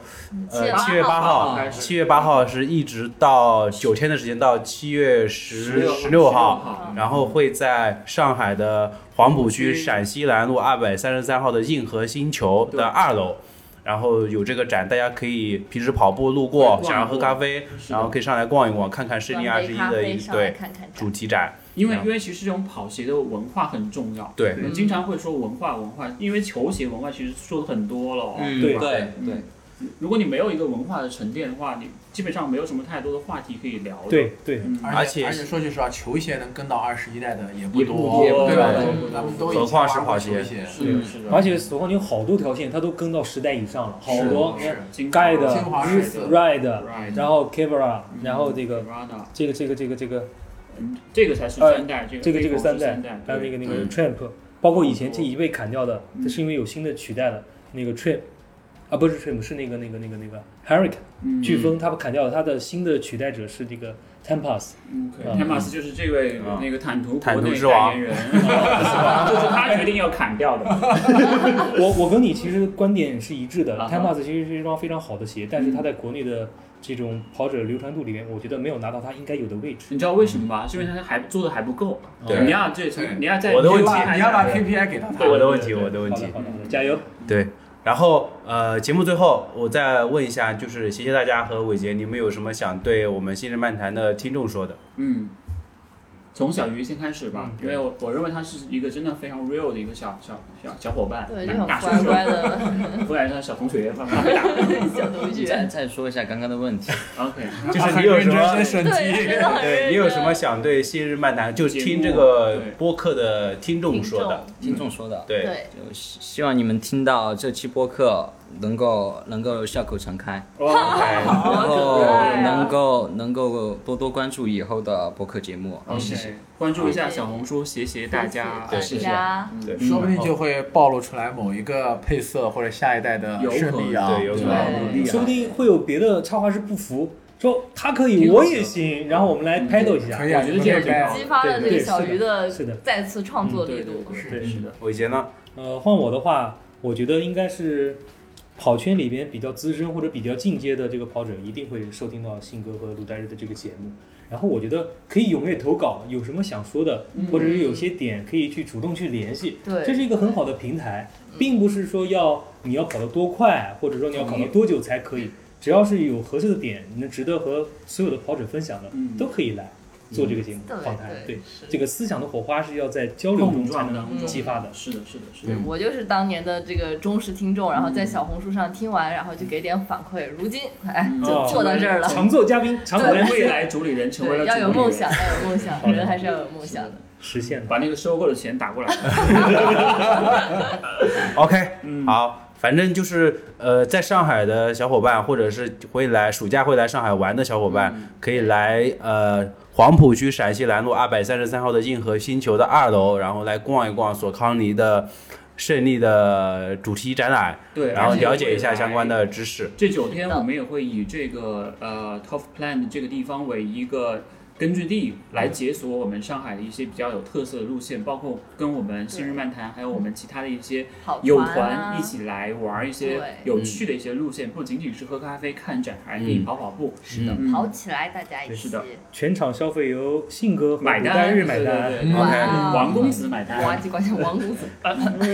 A: 呃七
C: 7
A: 月
C: 月
A: 八
C: 8
A: 号
B: 开，始
A: 七月八号是一直到九天的时间，到七月十
B: 16
A: 十六号。
B: 号，
A: 然后会在上海的黄浦区
B: 嗯
A: 陕西南路二百三十三号的硬核星球的二楼，然后有这个展，大家可以平时跑步路过，
B: 对
A: 想要
B: 逛
A: 喝
B: 一
A: 咖
B: 逛
A: 啡，
B: 是的
A: 然后可以上来逛一逛，看看深
C: 端
A: 圳二
C: 杯
A: 十一
C: 咖
A: 的
C: 啡
A: 一
C: 上来
A: 对
C: 看看展
A: 主题展，
B: 因为
A: 然后
B: 因为其实这种跑鞋的文化很重要。
A: 对
B: 我们经常会说文化文化，因为球鞋文化其实说的很多了哦。
F: 嗯
E: 对
F: 对
B: 嗯如果你没有一个文化的沉淀的话，你基本上没有什么太多的话题可以聊的。，
E: 对对，
B: 嗯，
A: 而
D: 而
A: 且
D: 且而且说句实话，球鞋能跟到二十一代的也
B: 也
D: 不
B: 不
D: 多，
B: 多
D: 对吧？
B: 对
D: 咱们咱们都已
A: 何
D: 经
A: 况是
D: 玩过
A: 跑
D: 球
A: 鞋
D: 鞋，
B: 是的，是的，
E: 而且索康尼有好多条线，它都跟到十代以上了，好多
D: 是
B: 呃金
E: 盖的
D: 精华
B: 是
D: 是的
E: Ride，
B: Ride
E: 然后 Kevra，
B: 嗯
E: 然后这个
B: Prada，
E: 这个这个这个这个
B: 嗯，这个才是三代，这个
E: 这个这个
B: 是
E: 三代
B: 代，对，
E: 还有那个那个
F: 嗯
E: Tramp，包括以前这一被砍掉的，
B: 嗯
E: 这是因为有新的取代了那个 Tramp，啊不是 Tramp 是那个那个那个那个 Hurricane
B: 嗯
E: 飓风，他们砍掉了，他的新的取代者是这个 Tempas，
B: OK，
E: 嗯
B: 泰马斯就是这位
A: 嗯
B: 那个坦途
A: 坦
B: 国
A: 途
B: 内
A: 之王
B: 代言人，就是他决定要砍掉的。
E: 我我跟你其实观点是一致的
B: 啊哈
E: ，Tempas 其实是一双非常好的鞋，但
A: 嗯
E: 是它在国内的这种跑者流传度里面，我觉得没有拿到它应该有的位置。
B: 你知道为什么吗？是因为他还做的还不够。
A: 对
B: 你要这从
D: 对
B: 你要在
A: 我的问
D: 你
A: 题
D: 要把你要把
B: 对
D: KPI 给到他，
A: 我的问题
E: 对对对
A: 我的问题
E: 好的好的加油！
A: 对。然后，呃，节目最后我再问一下，就是谢谢大家和伟杰，你们有什么想对我们新人漫谈的听众说的？
B: 嗯，从小鱼先开始吧
E: 嗯，
B: 因为我我认为他是一个真的非常 real 的一个小小小小伙伴，
C: 对，就
B: 大大
C: 很乖
B: 叔
C: 乖
B: 叔，
C: 的
B: 不然他小同学慢慢 打。
C: 小同
F: 再
C: 学，
F: 再说一下刚刚的问题，
B: OK，
A: 就是你有什么
D: 啊认真审
C: 对，
D: 题
C: 真。的很认
A: 对
C: 真。
A: 你有什么想对新日漫谈，就
B: 哎节目
A: 听这个
B: 对
A: 播客的听众
C: 听
A: 说的？
C: 众？
F: 听众说的，
A: 对，
C: 对，
F: 就希希望你们听到这期播客能够能够笑口常开，
A: OK，
F: 然后
C: 可爱啊
F: 能够能够多多关注以后的播客节目，谢谢。
B: OK，关注一下小红书，谢谢大家，
C: 谢
F: 谢
C: 谢
F: 谢
C: 大家，
B: 嗯
A: 对
D: 说不定就会暴露出来某一个配色或者下一代的胜利
A: 有可能
D: 啊，
A: 对有可
D: 吧
C: 能
D: 努力啊，
E: 说不定会有别的插画师不服，说他可以，
B: 挺好
E: 我也行，然后我们来
B: 嗯
E: battle 一
D: 可
E: 下。
D: 以啊，
B: 我觉得这样挺好
C: 激发了
E: 对
C: 这
E: 对
C: 个小
E: 是的
C: 鱼的
E: 是的
C: 再次创作力
B: 对对
C: 度。
B: 对，
E: 对
B: 是的，
A: 伟杰呢？
E: 呃，换我的话，我觉得应该是跑圈里边比较资深或者比较进阶的这个跑者，一定会收听到信哥和鲁代日的这个节目。然后我觉得可以踊跃投稿，有什么想说的，或者是有些点可以去主动去联系，这
C: 对，
E: 是一个很好的平台，并不是说要你要跑得多快，或者说你要跑到多久才可以，只要是有合适的点，能值得和所有的跑者分享的，
B: 嗯
E: 都可以来做这个节目
C: 对
E: 访谈。
C: 对
E: 对，这个思想的火花是要在交流中
B: 碰
E: 才
B: 撞当
E: 能
B: 中
E: 激发的。
B: 是的，是的，是
C: 对
B: 的。
C: 我就是当年的这个忠实听众，然后在小红书上听完，然后就给点反馈。如今，哎，
B: 嗯
C: 就
E: 哦
C: 坐到这儿了。
E: 常做嘉宾，常
B: 成
E: 有
B: 为
E: 人
B: 未来主理人，成为了
C: 对，
B: 主
C: 要
B: 理
C: 有
B: 人
C: 梦想，要有梦
E: 好
C: 想，
E: 的
C: 人还是要有梦想的。
E: 实现的。
B: 把那个收购的钱打过来。
A: OK，、
B: 嗯
A: 好，反正就是呃，在上海的小伙伴，或者是会来暑假会来上海玩的小伙伴，
B: 嗯
A: 可以来呃黄浦区陕西南路二百三十三号的硬核星球的二楼，然后来逛一逛索康尼的胜利的主题展览，
B: 对，
A: 然后
B: 而且
A: 了解一下相关
B: 未来。
A: 的知识。
B: 这九天我们也会以这个呃 Top Plan 这个地方为一个根据地，来解锁我们上海的一些比较有特色的路线，包括跟我们新日漫谈，还有我们其他的一些
C: 好
B: 友
C: 嗯团
B: 团
C: 啊
B: 一起来玩一些
C: 对
B: 有趣的一些路线，不仅仅是喝咖啡、看展，还可以
A: 嗯
B: 跑跑步。
A: 是的
B: 嗯
C: 跑起来，大家一
B: 是
C: 起
B: 的。
E: 全场消费由信哥和
B: 买
E: 古代
B: 单，
E: 日买
B: 对
E: 单。
B: 对对
A: 嗯 OK
C: 哇
B: 王公子买
C: 呱
B: 单，
C: 唧呱唧，王公子，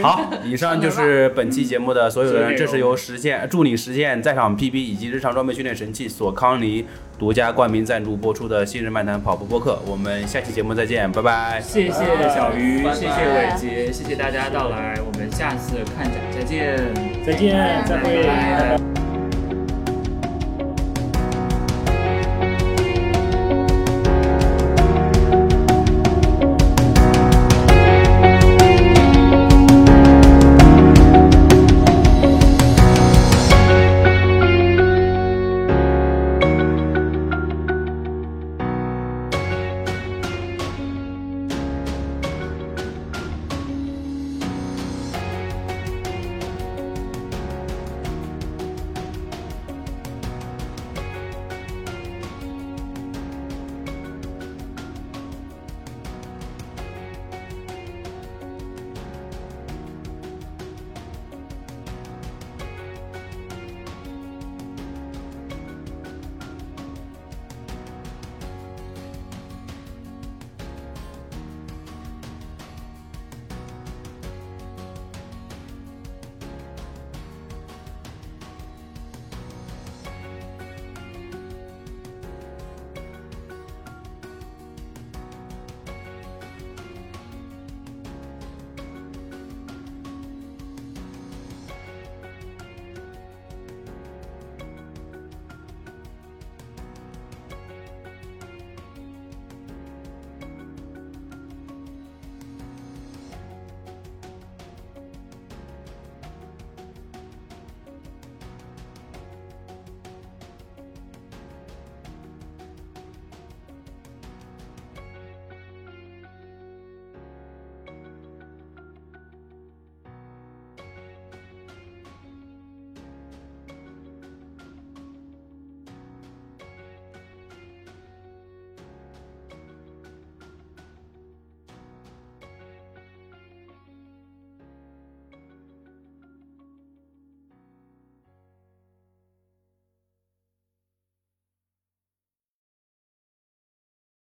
A: 好，以上就是本期节目的所有的人，
B: 嗯
A: 这是由实现助你实现在场 PB 以及日常装备训练神器索康尼独家冠名赞助播出的《新人漫谈跑步播客》，我们下期节目再见，拜拜。
B: 谢谢小鱼，
F: 拜拜
B: 谢谢伟杰，谢谢大家到来，我们下次看展再见。
E: 再见，再会。
B: 拜拜